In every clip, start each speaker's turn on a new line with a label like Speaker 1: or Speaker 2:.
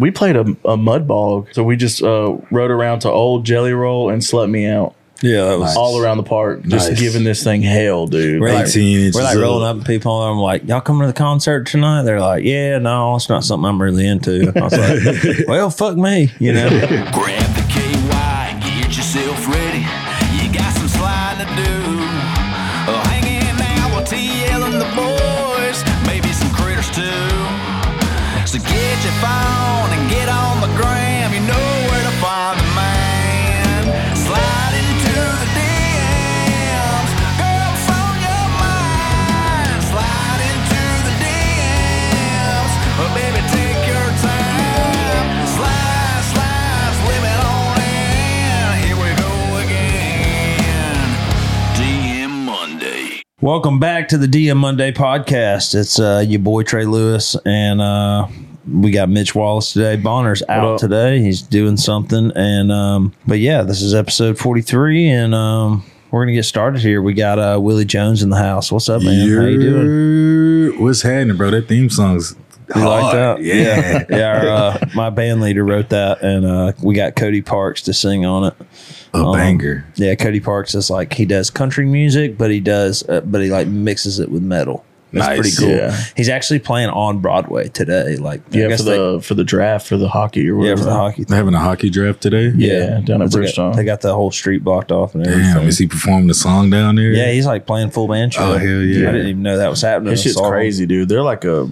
Speaker 1: We played a, a mud bog, so we just uh, rode around to Old Jelly Roll and Slut Me Out
Speaker 2: Yeah, that was
Speaker 1: all around the park, just
Speaker 3: Nice.
Speaker 1: giving this thing hell, dude.
Speaker 2: we're
Speaker 1: Like,
Speaker 2: like, 18 inches.
Speaker 3: We're like
Speaker 2: up.
Speaker 3: rolling up to people, and I'm like, "Y'all coming to the concert tonight?" They're like, "Yeah, no, it's not something I'm really into." I was like, "Well, fuck me," you know.
Speaker 4: Grab the KY and get yourself ready. You got some sliding to do. Oh, hanging out with TL and the boys, maybe some critters too. So get your phone and get on the gram. You know where to find the man. Slide into the DMs. Girls on your mind. Slide into the DMs. But baby, take your time. Slide, slide, slip it on in. Here we go again. DM Monday.
Speaker 3: Welcome back to the DM Monday podcast. It's uh, your boy Trey Lewis, and uh, we got Mitch Wallace today. Bonner's out
Speaker 1: up?
Speaker 3: today; he's doing something, and um, but yeah, this is episode 43, and um, we're gonna get started here. We got uh, Willie Jones in the house. What's up, man? How you doing?
Speaker 2: doing? What's happening, bro? That theme song's
Speaker 3: You like
Speaker 2: hard.
Speaker 3: that?
Speaker 2: Yeah.
Speaker 3: yeah. Our, uh, my band leader wrote that, and uh, we got Cody Parks to sing on it.
Speaker 2: a
Speaker 3: Um,
Speaker 2: banger.
Speaker 3: Yeah, Cody Parks is like he does country music, but he does, uh, but he like mixes it with metal. That's
Speaker 2: Nice.
Speaker 3: pretty cool.
Speaker 1: Yeah.
Speaker 3: He's actually playing on Broadway today. Like, I
Speaker 1: yeah,
Speaker 3: guess
Speaker 1: for
Speaker 3: they,
Speaker 1: the for the draft for the hockey or
Speaker 3: yeah,
Speaker 1: whatever.
Speaker 3: for the hockey.
Speaker 2: They're having a hockey draft today.
Speaker 1: Yeah, down at
Speaker 3: They got-
Speaker 1: Bridgestone.
Speaker 3: they got the whole street blocked off and everything.
Speaker 2: Damn, is he performing the song down there?
Speaker 3: yeah, he's like playing full band.
Speaker 2: Oh,
Speaker 3: show.
Speaker 2: hell yeah.
Speaker 3: I didn't even know that was happening.
Speaker 1: It's
Speaker 3: I
Speaker 1: just
Speaker 3: saw him.
Speaker 1: crazy, dude. They're like a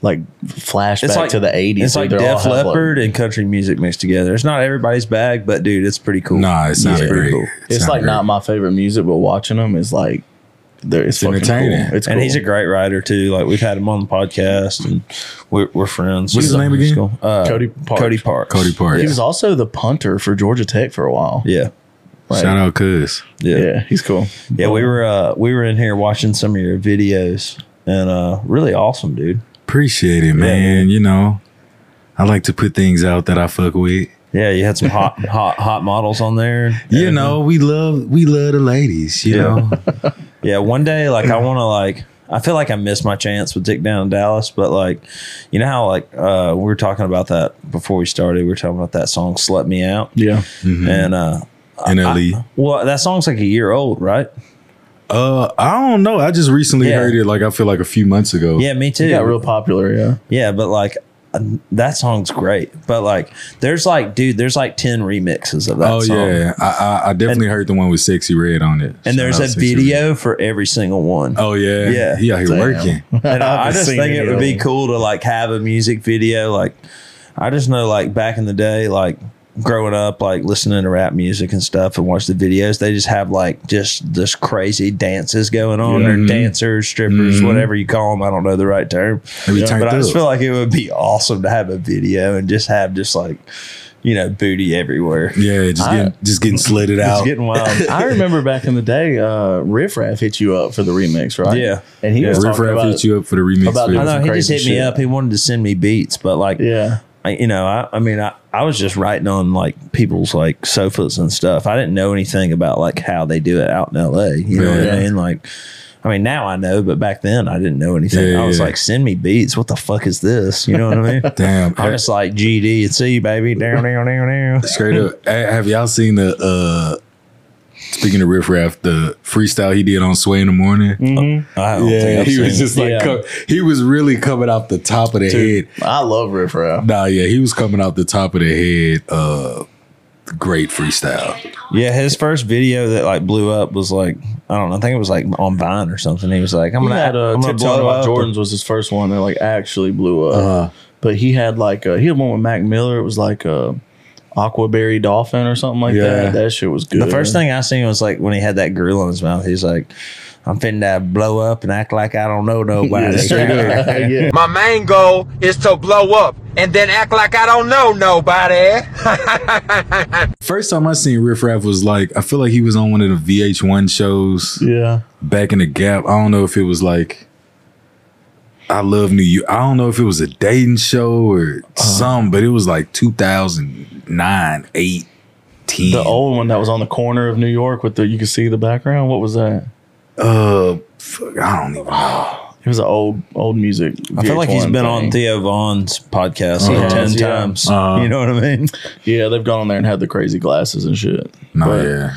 Speaker 1: like flashback
Speaker 3: It's like
Speaker 1: to the eighties.
Speaker 3: It's like Def Leppard and country music mixed together. It's not everybody's bag, but dude, it's pretty cool.
Speaker 2: Nah, it sounds
Speaker 3: Yeah.
Speaker 2: great.
Speaker 3: Cool.
Speaker 2: It
Speaker 1: it's
Speaker 2: sounds
Speaker 1: like
Speaker 2: great.
Speaker 1: not my favorite music, but watching them is like they're, it's, fucking
Speaker 2: entertaining.
Speaker 1: Cool. It's
Speaker 3: and
Speaker 1: cool.
Speaker 3: he's a great writer too. Like we've had him on the podcast, and we're, we're friends.
Speaker 2: What's his
Speaker 3: He's
Speaker 2: name
Speaker 3: up in
Speaker 2: again?
Speaker 3: school. Uh,
Speaker 1: Cody Parks.
Speaker 3: Cody Parks.
Speaker 2: Cody Parks.
Speaker 1: He was also the punter for Georgia Tech for a while.
Speaker 3: Yeah,
Speaker 1: Like,
Speaker 2: Shout out, Cuz.
Speaker 3: yeah, yeah.
Speaker 1: yeah, he's cool.
Speaker 3: we were uh, we were in here watching some of your videos, and uh, really awesome, dude.
Speaker 2: Appreciate it, man. You know, I like to put things out that I fuck with.
Speaker 3: Yeah, you had some hot hot hot models on there.
Speaker 2: You know, we love we love the ladies. You
Speaker 3: Yeah.
Speaker 2: know,
Speaker 3: Yeah, one day, like I want to like. I feel like I missed my chance with Dick Down in Dallas, but like, you know how like uh, we were talking about that before we started. We were talking about that song "Slut Me Out,"
Speaker 1: Yeah,
Speaker 2: Mm-hmm.
Speaker 3: and uh,
Speaker 2: NLE.
Speaker 3: well, that song's like a year old, right?
Speaker 2: Uh, I don't know. I just recently
Speaker 3: Yeah.
Speaker 2: heard it. Like I feel like a few months ago.
Speaker 3: Yeah, me too.
Speaker 1: he got real popular. Yeah,
Speaker 3: Yeah, but like uh, that song's great. But like, there's like, dude, there's like ten remixes of that
Speaker 2: Oh
Speaker 3: song.
Speaker 2: yeah, I, I I definitely heard the one with Sexy Red on it.
Speaker 3: And there's
Speaker 2: Shout out
Speaker 3: a
Speaker 2: Sexy Red.
Speaker 3: video for every single one.
Speaker 2: Oh yeah,
Speaker 3: Yeah.
Speaker 2: He out here
Speaker 1: Damn.
Speaker 2: working.
Speaker 3: and I, I
Speaker 1: haven't
Speaker 3: just
Speaker 1: seen
Speaker 3: think
Speaker 1: any
Speaker 3: it would
Speaker 1: of
Speaker 3: be
Speaker 1: them.
Speaker 3: cool to like have a music video. Like, I just know like back in the day, like growing up, like listening to rap music and stuff and watch the videos, they just have like just this crazy dances going on
Speaker 1: Mm-hmm.
Speaker 3: or dancers, strippers, whatever you call them. I don't know the right term.
Speaker 2: Maybe turned
Speaker 3: but I just
Speaker 2: up.
Speaker 3: feel like it would be awesome to have a video and just have just like, you know, booty everywhere.
Speaker 2: Yeah, just
Speaker 1: I-
Speaker 2: getting just getting slitted
Speaker 3: It's
Speaker 2: out.
Speaker 3: getting wild.
Speaker 1: I remember back in the day, uh, Riff Raff hit you up for the remix, right?
Speaker 3: Yeah.
Speaker 1: and he
Speaker 3: Yeah,
Speaker 1: was
Speaker 2: Riff
Speaker 1: talking
Speaker 2: Raff
Speaker 1: about
Speaker 2: hit you up for the remix.
Speaker 1: about-
Speaker 2: for
Speaker 3: I
Speaker 2: this.
Speaker 3: know
Speaker 1: some
Speaker 3: he just
Speaker 1: crazy
Speaker 3: hit me
Speaker 1: shit.
Speaker 3: up. He wanted to send me beats, but like,
Speaker 1: yeah.
Speaker 3: I, you know, I, I mean, I, I was just writing on like people's like sofas and stuff. I didn't know anything about like how they do it out in LA. You know what
Speaker 2: Yeah.
Speaker 3: I mean? Like, I mean, now I know, but back then I didn't know anything.
Speaker 2: Yeah,
Speaker 3: I was
Speaker 2: yeah.
Speaker 3: like, send me beats. What the fuck is this? You know what I mean?
Speaker 2: Damn,
Speaker 3: I'm just like GD and C, baby. Down, down, down, down.
Speaker 2: straight up. Eh, Have y'all seen the? uh Speaking of Riff Raff, the freestyle he did on Sway in the Morning.
Speaker 3: I don't think I've
Speaker 2: he was
Speaker 3: seen it.
Speaker 2: just like
Speaker 1: Yeah.
Speaker 2: co- he was really coming off the top of the head.
Speaker 1: I love Riff Raff.
Speaker 2: Nah, yeah, he was coming out the top of the head. Uh, great freestyle.
Speaker 3: yeah. His first video that like blew up was like I don't know. I think it was like on Vine or something. He was like, I'm
Speaker 1: He
Speaker 3: gonna,
Speaker 1: had uh,
Speaker 3: I'm gonna
Speaker 1: Tiptoeing
Speaker 3: blow
Speaker 1: About
Speaker 3: up.
Speaker 1: Jordans was his first one that like actually blew up.
Speaker 2: Uh-huh.
Speaker 1: but he had like uh he had one with Mac Miller. It was like a Aquaberry Dolphin or something like
Speaker 2: Yeah.
Speaker 1: that. That shit was good.
Speaker 3: The first thing I seen was like when he had that grill in his mouth. He's like, "I'm finna blow up and act like I don't know nobody."
Speaker 1: yeah.
Speaker 5: My main goal is to blow up and then act like I don't know nobody.
Speaker 2: First time I seen Riff Raff was like, I feel like he was on one of the VH1 shows
Speaker 1: yeah.
Speaker 2: back in the gap. I don't know if it was like, I love New York. I don't know if it was a dating show or
Speaker 3: Uh-huh.
Speaker 2: some, but it was like 2009, 8, 10.
Speaker 1: The old one that was on the corner of New York with the you could see the background. What was that?
Speaker 2: uh, fuck, I don't even know.
Speaker 1: It was an old old music.
Speaker 3: I feel like he's been on
Speaker 1: the
Speaker 3: Theo Vaughn's podcast
Speaker 1: He
Speaker 3: like
Speaker 1: has,
Speaker 3: 10
Speaker 1: yeah.
Speaker 3: times.
Speaker 2: Uh-huh.
Speaker 3: you know what I mean?
Speaker 1: yeah. They've gone on there and had the crazy glasses and shit.
Speaker 2: No,
Speaker 1: But-
Speaker 2: yeah.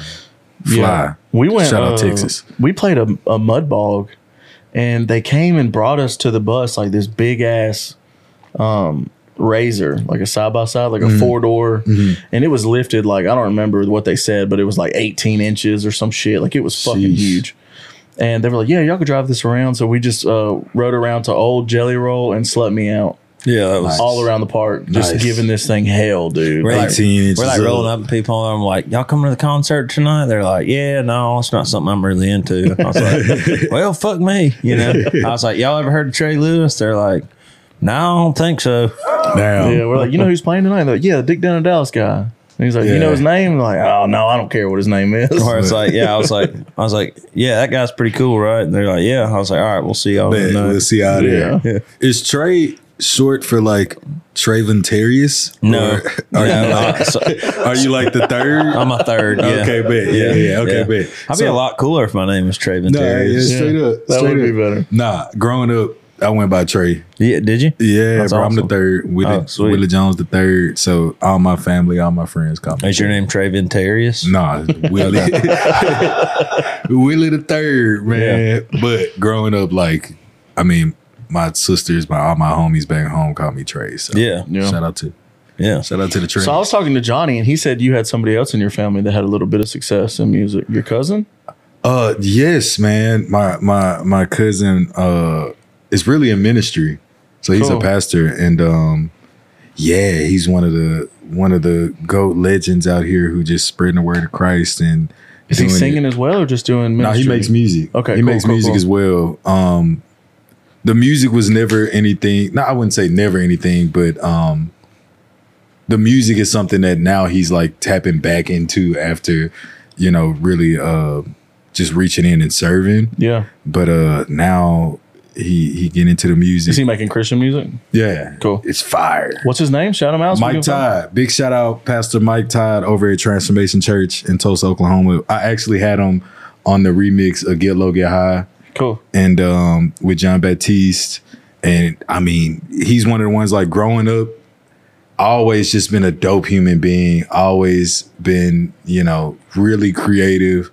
Speaker 2: Fly.
Speaker 1: We went.
Speaker 2: Shout out
Speaker 1: uh,
Speaker 2: Texas.
Speaker 1: We played a, a mud bog, and they came and brought us to the bus like this big ass, um, razor, like a side by side, like
Speaker 2: Mm-hmm.
Speaker 1: a four door, and it was lifted like I don't remember what they said, but it was like eighteen inches or some shit. Like it was fucking
Speaker 2: Sheesh.
Speaker 1: huge. And they were like, "Yeah, y'all could drive this around." So we just uh, rode around to Old Jelly Roll and slept me out
Speaker 3: Yeah, that was.
Speaker 1: all around the park, just
Speaker 2: Nice.
Speaker 1: giving this thing hell, dude.
Speaker 3: We're like,
Speaker 2: 18 inches
Speaker 3: we're like
Speaker 2: up.
Speaker 3: rolling up to people, and I'm like, "Y'all coming to the concert tonight?" They're like, "Yeah, no, it's not something I'm really into." I was like, "Well, fuck me," you know. I was like, "Y'all ever heard of Trey Lewis?" They're like, "No, I don't think so."
Speaker 2: Damn.
Speaker 1: Yeah, we're like, you know who's playing tonight? They're like, yeah, the Dick Down in Dallas guy. And he's like, you
Speaker 2: Yeah.
Speaker 1: know his name? I'm like, oh no, I don't care what his name is.
Speaker 3: Or it's like, "Yeah," I was like, "I was like, yeah, that guy's pretty cool, right?" And they're like, "Yeah." I was like, "All right, we'll see y'all
Speaker 2: Bet.
Speaker 3: tonight."
Speaker 2: Let's see how it
Speaker 1: Yeah.
Speaker 2: is. Is Trey short for like Traven Terrius?
Speaker 3: No,
Speaker 2: Or
Speaker 3: no,
Speaker 2: are, you
Speaker 3: I-
Speaker 2: like,
Speaker 3: so-
Speaker 2: are you like the third?
Speaker 3: I'm a third. Yeah.
Speaker 2: Okay, bet. Yeah, yeah, okay, bet.
Speaker 3: I'd be
Speaker 2: So-
Speaker 3: a lot cooler if my name was Traven
Speaker 2: Nah, yeah,
Speaker 3: Terry.
Speaker 2: straight up.
Speaker 1: that
Speaker 2: straight
Speaker 1: would be
Speaker 2: up.
Speaker 1: better.
Speaker 2: Nah, growing up, I went by Trey.
Speaker 3: Yeah, did you?
Speaker 2: Yeah,
Speaker 3: That's
Speaker 2: bro. I'm
Speaker 3: awesome.
Speaker 2: the third. Willie,
Speaker 3: Oh, sweet.
Speaker 2: Willie Jones the third. So all my family, all my friends call me.
Speaker 3: Is your name Traven Terrius?
Speaker 2: Nah, Willie. Willie the third, man. But growing up, like, I mean, my sisters, my all my homies back home call me Trey. So
Speaker 3: Yeah,
Speaker 1: Yeah.
Speaker 2: shout out to
Speaker 3: yeah.
Speaker 2: shout out to the Trey.
Speaker 1: So I was talking to Johnny, and he said you had somebody else in your family that had a little bit of success in music. Your cousin?
Speaker 2: Uh yes, man. My my my cousin uh is really in ministry. So he's
Speaker 1: Cool.
Speaker 2: a pastor and um yeah, he's one of the one of the goat legends out here who just spreading the word of Christ and
Speaker 1: Is he
Speaker 2: doing it.
Speaker 1: singing as well or just doing
Speaker 2: No,
Speaker 1: ministry?
Speaker 2: he makes music.
Speaker 1: Okay,
Speaker 2: he
Speaker 1: cool,
Speaker 2: makes
Speaker 1: cool,
Speaker 2: music
Speaker 1: cool.
Speaker 2: as well. Um, the music was never anything. No, I wouldn't say never anything, but um, the music is something that now he's like tapping back into after, you know, really uh, just reaching in and serving.
Speaker 1: Yeah.
Speaker 2: But uh, now he he get into the music.
Speaker 1: Is he making Christian music?
Speaker 2: yeah,
Speaker 1: Cool.
Speaker 2: It's fire.
Speaker 1: What's his name? Shout him out. so we
Speaker 2: Mike
Speaker 1: can find-
Speaker 2: Todd. Big shout out, Pastor Mike Todd over at Transformation Church in Tulsa, Oklahoma. I actually had him on the remix of Get Low, Get High
Speaker 1: Cool.
Speaker 2: and um, with John Baptiste. And I mean, he's one of the ones like growing up, always just been a dope human being, always been, you know, really creative,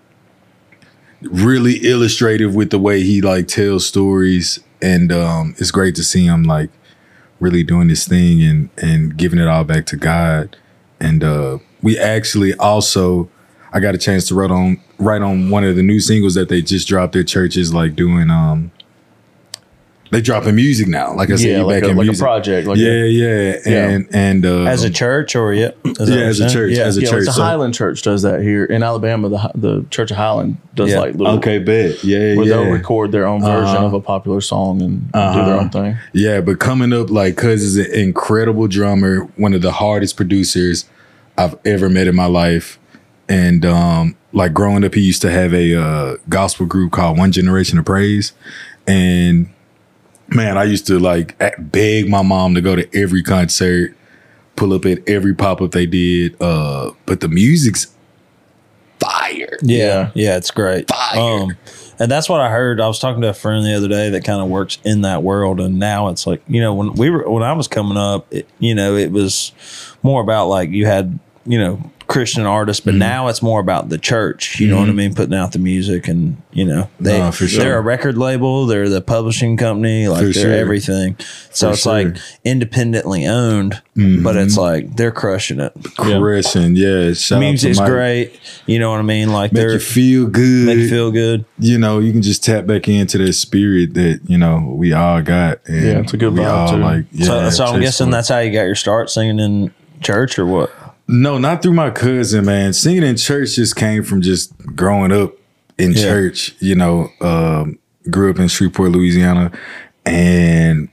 Speaker 2: um, really illustrative with the way he like tells stories. And um, it's great to see him like really doing this thing and and giving it all back to God. And uh, we actually also I got a chance to write on write on one of the new singles that they just dropped. Their church is like doing um they dropping music now. Like I said,
Speaker 1: Yeah,
Speaker 2: you
Speaker 1: like
Speaker 2: back
Speaker 1: a,
Speaker 2: in
Speaker 1: like a
Speaker 2: music.
Speaker 1: project. Like
Speaker 2: yeah, yeah,
Speaker 1: Yeah.
Speaker 2: and and uh,
Speaker 3: As a church or yeah? Is that what
Speaker 2: yeah,
Speaker 3: you're
Speaker 2: as a
Speaker 3: saying?
Speaker 2: church,
Speaker 1: yeah,
Speaker 2: as a
Speaker 1: yeah,
Speaker 2: church.
Speaker 1: It's a
Speaker 2: so-
Speaker 1: Highland church does that here in Alabama. The Hi- the Church of Highland does
Speaker 3: Yeah.
Speaker 1: like little
Speaker 2: okay, bet. Yeah,
Speaker 1: where
Speaker 2: yeah,
Speaker 1: they'll record their own version
Speaker 2: Uh-huh.
Speaker 1: of a popular song and do their
Speaker 2: Uh-huh.
Speaker 1: own thing.
Speaker 2: yeah. But coming up, like, cuz is an incredible drummer, one of the hardest producers I've ever met in my life, and um, like growing up, he used to have a uh, gospel group called One Generation of Praise, and man, I used to like at- beg my mom to go to every concert, pull up at every pop up they did. Uh, but the music's fire.
Speaker 3: Yeah, yeah, it's great. Um, and that's what I heard. I was talking to a friend the other day that kind of works in that world, and now it's like you know when we were when I was coming up, it, you know, it was more about like you had you know Christian artists,
Speaker 2: Mm-hmm.
Speaker 3: but now it's more about the church. You know what I mean? Putting out the music, and you know they
Speaker 2: Nah, for sure.
Speaker 3: they're a record label, they're the publishing company, like
Speaker 2: For
Speaker 3: they're
Speaker 2: sure.
Speaker 3: everything. So
Speaker 2: For
Speaker 3: it's
Speaker 2: sure.
Speaker 3: like independently owned, but it's like they're crushing it.
Speaker 2: Christian, yeah. Shout out to
Speaker 3: Music's
Speaker 2: Mike.
Speaker 3: great. You know what I mean? Like
Speaker 2: Make
Speaker 3: they're.
Speaker 2: you feel good.
Speaker 3: Make you feel good.
Speaker 2: you know, you can just tap back into that spirit that you know we all got. And
Speaker 1: Yeah, it's a good
Speaker 2: we
Speaker 1: vibe,
Speaker 2: all
Speaker 1: too.
Speaker 2: Like, yeah,
Speaker 3: so, so I'm
Speaker 2: chase
Speaker 3: guessing
Speaker 2: for-
Speaker 3: that's how you got your start singing in church or what?
Speaker 2: No, not through my cousin, man. Singing in church just came from just growing up in
Speaker 3: Yeah.
Speaker 2: church. You know, um, grew up in Shreveport, Louisiana, and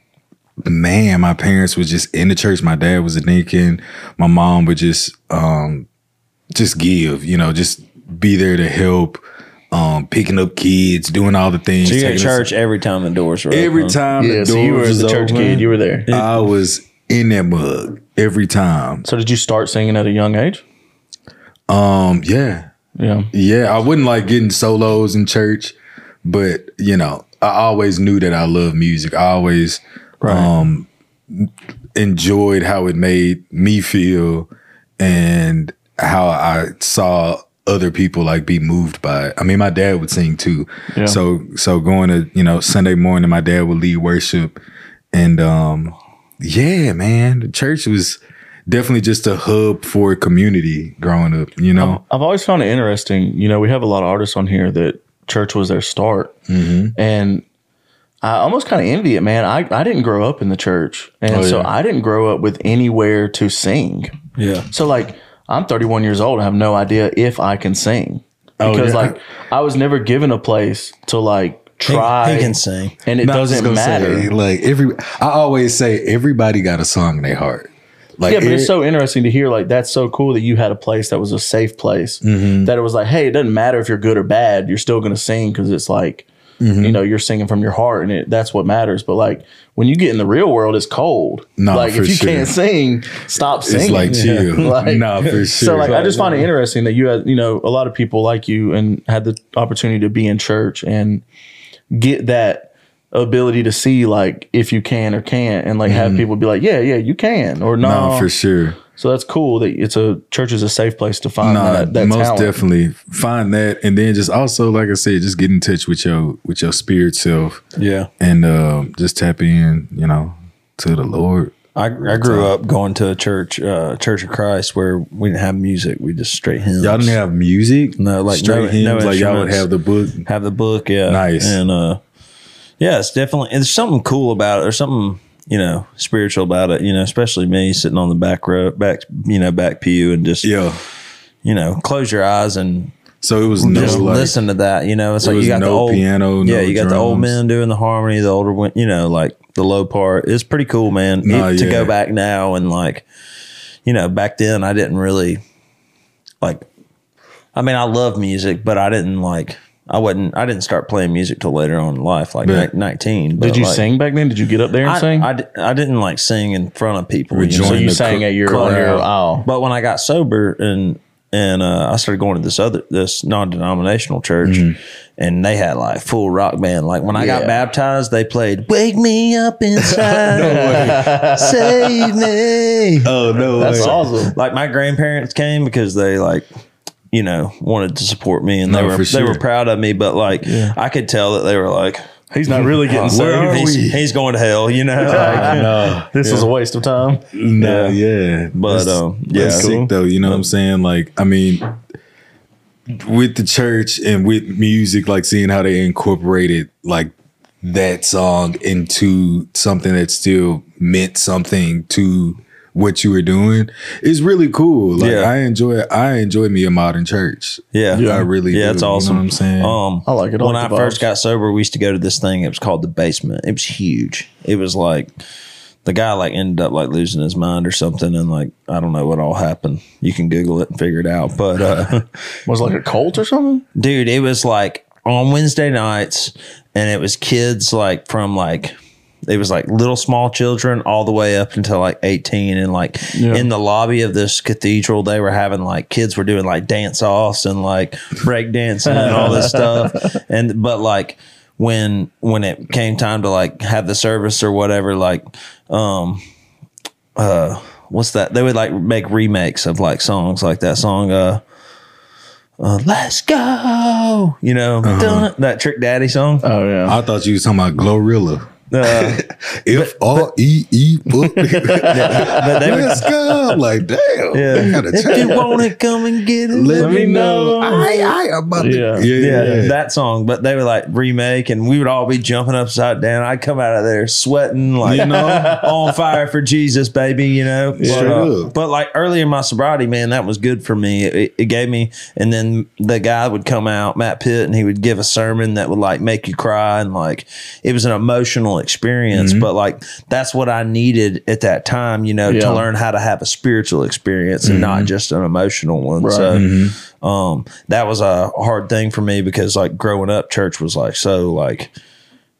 Speaker 2: man, my parents were just in the church. My dad was a deacon. My mom would just um, just give. You know, just be there to help. Um, picking up kids, doing all the things.
Speaker 3: So you at
Speaker 2: taking us-
Speaker 3: church Uh-huh. every time the doors were
Speaker 2: Every
Speaker 3: open.
Speaker 2: time
Speaker 1: Yeah,
Speaker 2: the
Speaker 1: so you were
Speaker 2: doors
Speaker 1: as a
Speaker 2: was
Speaker 1: church
Speaker 2: open,
Speaker 1: kid. You were there.
Speaker 2: I was in that mug every time.
Speaker 1: So did you start singing at a young age?
Speaker 2: Um, yeah,
Speaker 1: Yeah.
Speaker 2: yeah. I wouldn't like getting solos in church, but you know, I always knew that I love music. I always um, enjoyed how it made me feel and how I saw other people like be moved by it. I mean, my dad would sing too.
Speaker 1: Yeah.
Speaker 2: So so going to you know Sunday morning, my dad would lead worship, and um, yeah, man, the church was definitely just a hub for community growing up. You know,
Speaker 1: I've always found it interesting. You know, we have a lot of artists on here that church was their start, and I almost kind of envy it, man. I I didn't grow up in the church, and
Speaker 2: Oh,
Speaker 1: so
Speaker 2: yeah.
Speaker 1: I didn't grow up with anywhere to sing.
Speaker 3: Yeah.
Speaker 1: So like, I'm 31 years old. I have no idea if I can sing
Speaker 2: Oh,
Speaker 1: because
Speaker 2: yeah.
Speaker 1: like I was never given a place to like try.
Speaker 3: He, he can sing.
Speaker 1: and it
Speaker 2: No, I was just
Speaker 1: doesn't
Speaker 2: gonna
Speaker 1: matter.
Speaker 2: say, like every, I always say everybody got a song in their heart. Like
Speaker 1: yeah, but it's
Speaker 2: every-
Speaker 1: so interesting to hear. Like that's so cool that you had a place that was a safe place.
Speaker 2: Mm-hmm.
Speaker 1: That it was like, hey, it doesn't matter if you're good or bad, you're still gonna sing because it's like,
Speaker 2: Mm-hmm.
Speaker 1: you know, you're singing from your heart, and it, that's what matters. But like when you get in the real world, it's cold.
Speaker 2: Nah,
Speaker 1: like
Speaker 2: for
Speaker 1: if you
Speaker 2: sure.
Speaker 1: can't sing, stop
Speaker 2: it's
Speaker 1: singing.
Speaker 2: like chill.
Speaker 1: Like-
Speaker 2: nah, for sure.
Speaker 1: So like I just find it interesting that you had you know a lot of people like you and had the opportunity to be in church and get that ability to see like if you can or can't and like have people be like yeah yeah you can or Mm-hmm. no
Speaker 2: no, for sure.
Speaker 1: so that's cool that it's a church is a safe place to find
Speaker 2: No,
Speaker 1: that, that
Speaker 2: most
Speaker 1: talent.
Speaker 2: definitely find that, and then just also, like I said, just get in touch with your with your spirit self,
Speaker 3: Yeah.
Speaker 2: and um, just tap in, you know, to the Lord.
Speaker 3: I, I grew up going to a church, uh, Church of Christ, where we didn't have music. We just straight hymns.
Speaker 2: Y'all didn't have music,
Speaker 3: No, like, no-
Speaker 2: straight
Speaker 3: no
Speaker 2: hymns, like y'all would
Speaker 3: instruments.
Speaker 2: have the book.
Speaker 3: have the book. Yeah.
Speaker 2: Nice.
Speaker 3: And uh, yeah, it's definitely, and there's something cool about it. There's something, you know, spiritual about it, you know, especially me sitting on the back row, back, you know, back pew and just,
Speaker 2: Yeah,
Speaker 3: you know, close your eyes and
Speaker 2: so it was no
Speaker 3: just
Speaker 2: like,
Speaker 3: listen to that. You know, it's
Speaker 2: there
Speaker 3: like
Speaker 2: was
Speaker 3: you got the
Speaker 2: no
Speaker 3: old
Speaker 2: piano,
Speaker 3: Yeah,
Speaker 2: no
Speaker 3: you got the old
Speaker 2: drums.
Speaker 3: men doing the harmony, the older one. You know, like the low part. It's pretty cool, man.
Speaker 2: Nah,
Speaker 3: It- To
Speaker 2: yeah.
Speaker 3: go back now and like, you know, back then I didn't really like. I mean, I love music, but I didn't like. I wasn't. I didn't start playing music till later on in life, like
Speaker 2: Yeah.
Speaker 3: ni- nineteen. but,
Speaker 1: did you
Speaker 3: like,
Speaker 1: sing back then did you get up there and
Speaker 3: I,
Speaker 1: sing
Speaker 3: I, di- I didn't like sing in front of people. you know?
Speaker 2: Rejoin
Speaker 1: so you
Speaker 2: the
Speaker 1: sang
Speaker 2: cr-
Speaker 1: at your
Speaker 2: crowd.
Speaker 1: on your oh, aisle
Speaker 3: But when I got sober and and uh, I started going to this other this non denominational church, and they had like full rock band. Like when I
Speaker 1: Yeah.
Speaker 3: got baptized, they played "Wake Me Up Inside, Save Me."
Speaker 2: Oh no,
Speaker 1: that's
Speaker 2: way.
Speaker 1: awesome
Speaker 3: Like my grandparents came because they like you know wanted to support me and they
Speaker 2: No,
Speaker 3: were
Speaker 2: for sure.
Speaker 3: they were proud of me, but like I could tell that they were like.
Speaker 1: he's not really getting
Speaker 2: Where are
Speaker 1: saved
Speaker 3: He's,
Speaker 2: we?
Speaker 3: he's going to hell, you know. Like,
Speaker 2: No,
Speaker 1: this is a waste of time
Speaker 2: No, yeah,
Speaker 3: But, um, yeah.
Speaker 2: that's
Speaker 3: Cool.
Speaker 2: sick though. You know what I'm saying? Like, I mean, with the church and with music, like seeing how they incorporated like that song into something that still meant something to what you were doing is really cool. Like,
Speaker 3: Yeah.
Speaker 2: I enjoy, I enjoy me a modern church.
Speaker 3: yeah,
Speaker 2: I really do.
Speaker 3: yeah, it's
Speaker 2: You know
Speaker 3: awesome.
Speaker 2: what I'm saying?
Speaker 3: Um,
Speaker 1: I like it. I
Speaker 3: When
Speaker 1: like
Speaker 3: I
Speaker 1: the
Speaker 3: first
Speaker 1: vibes.
Speaker 3: got sober, we used to go to this thing. It was called the basement. It was huge. It was like the guy like ended up like losing his mind or something, and like I don't know what all happened. You can Google it and figure it out. But uh,
Speaker 1: was it like a cult or something
Speaker 3: dude, it was like on Wednesday nights, and it was kids like from like it was like little small children all the way up until like 18 and like in the lobby of this cathedral they were having like kids were doing like dance offs and like break dancing and all this stuff and but like when when it came time to like have the service or whatever like um uh what's that they would like make remakes of like songs like that song uh uh, let's go, you know dun- that Trick Daddy song.
Speaker 1: oh yeah
Speaker 2: I thought you was talking about Glorilla.
Speaker 3: Uh,
Speaker 2: F R E E. Let's go. I'm like, damn. I gotta
Speaker 3: If you
Speaker 2: change.
Speaker 3: want it, come and get it.
Speaker 2: Let me
Speaker 1: know.
Speaker 2: know. I, I about to.
Speaker 1: Yeah.
Speaker 3: yeah, that song. But they would like remake, and we would all be jumping upside down. I'd come out of there sweating, like on fire for Jesus, baby. You know, But,
Speaker 2: Straight
Speaker 3: uh,
Speaker 2: up.
Speaker 3: But like early in my sobriety, man, that was good for me. It, it gave me, and then the guy would come out, Matt Pitt, and he would give a sermon that would like make you cry, and like it was an emotional experience. But like that's what I needed at that time, you know,
Speaker 1: Yeah.
Speaker 3: to learn how to have a spiritual experience and not just an emotional one. So um, that was a hard thing for me because like growing up, church was like so like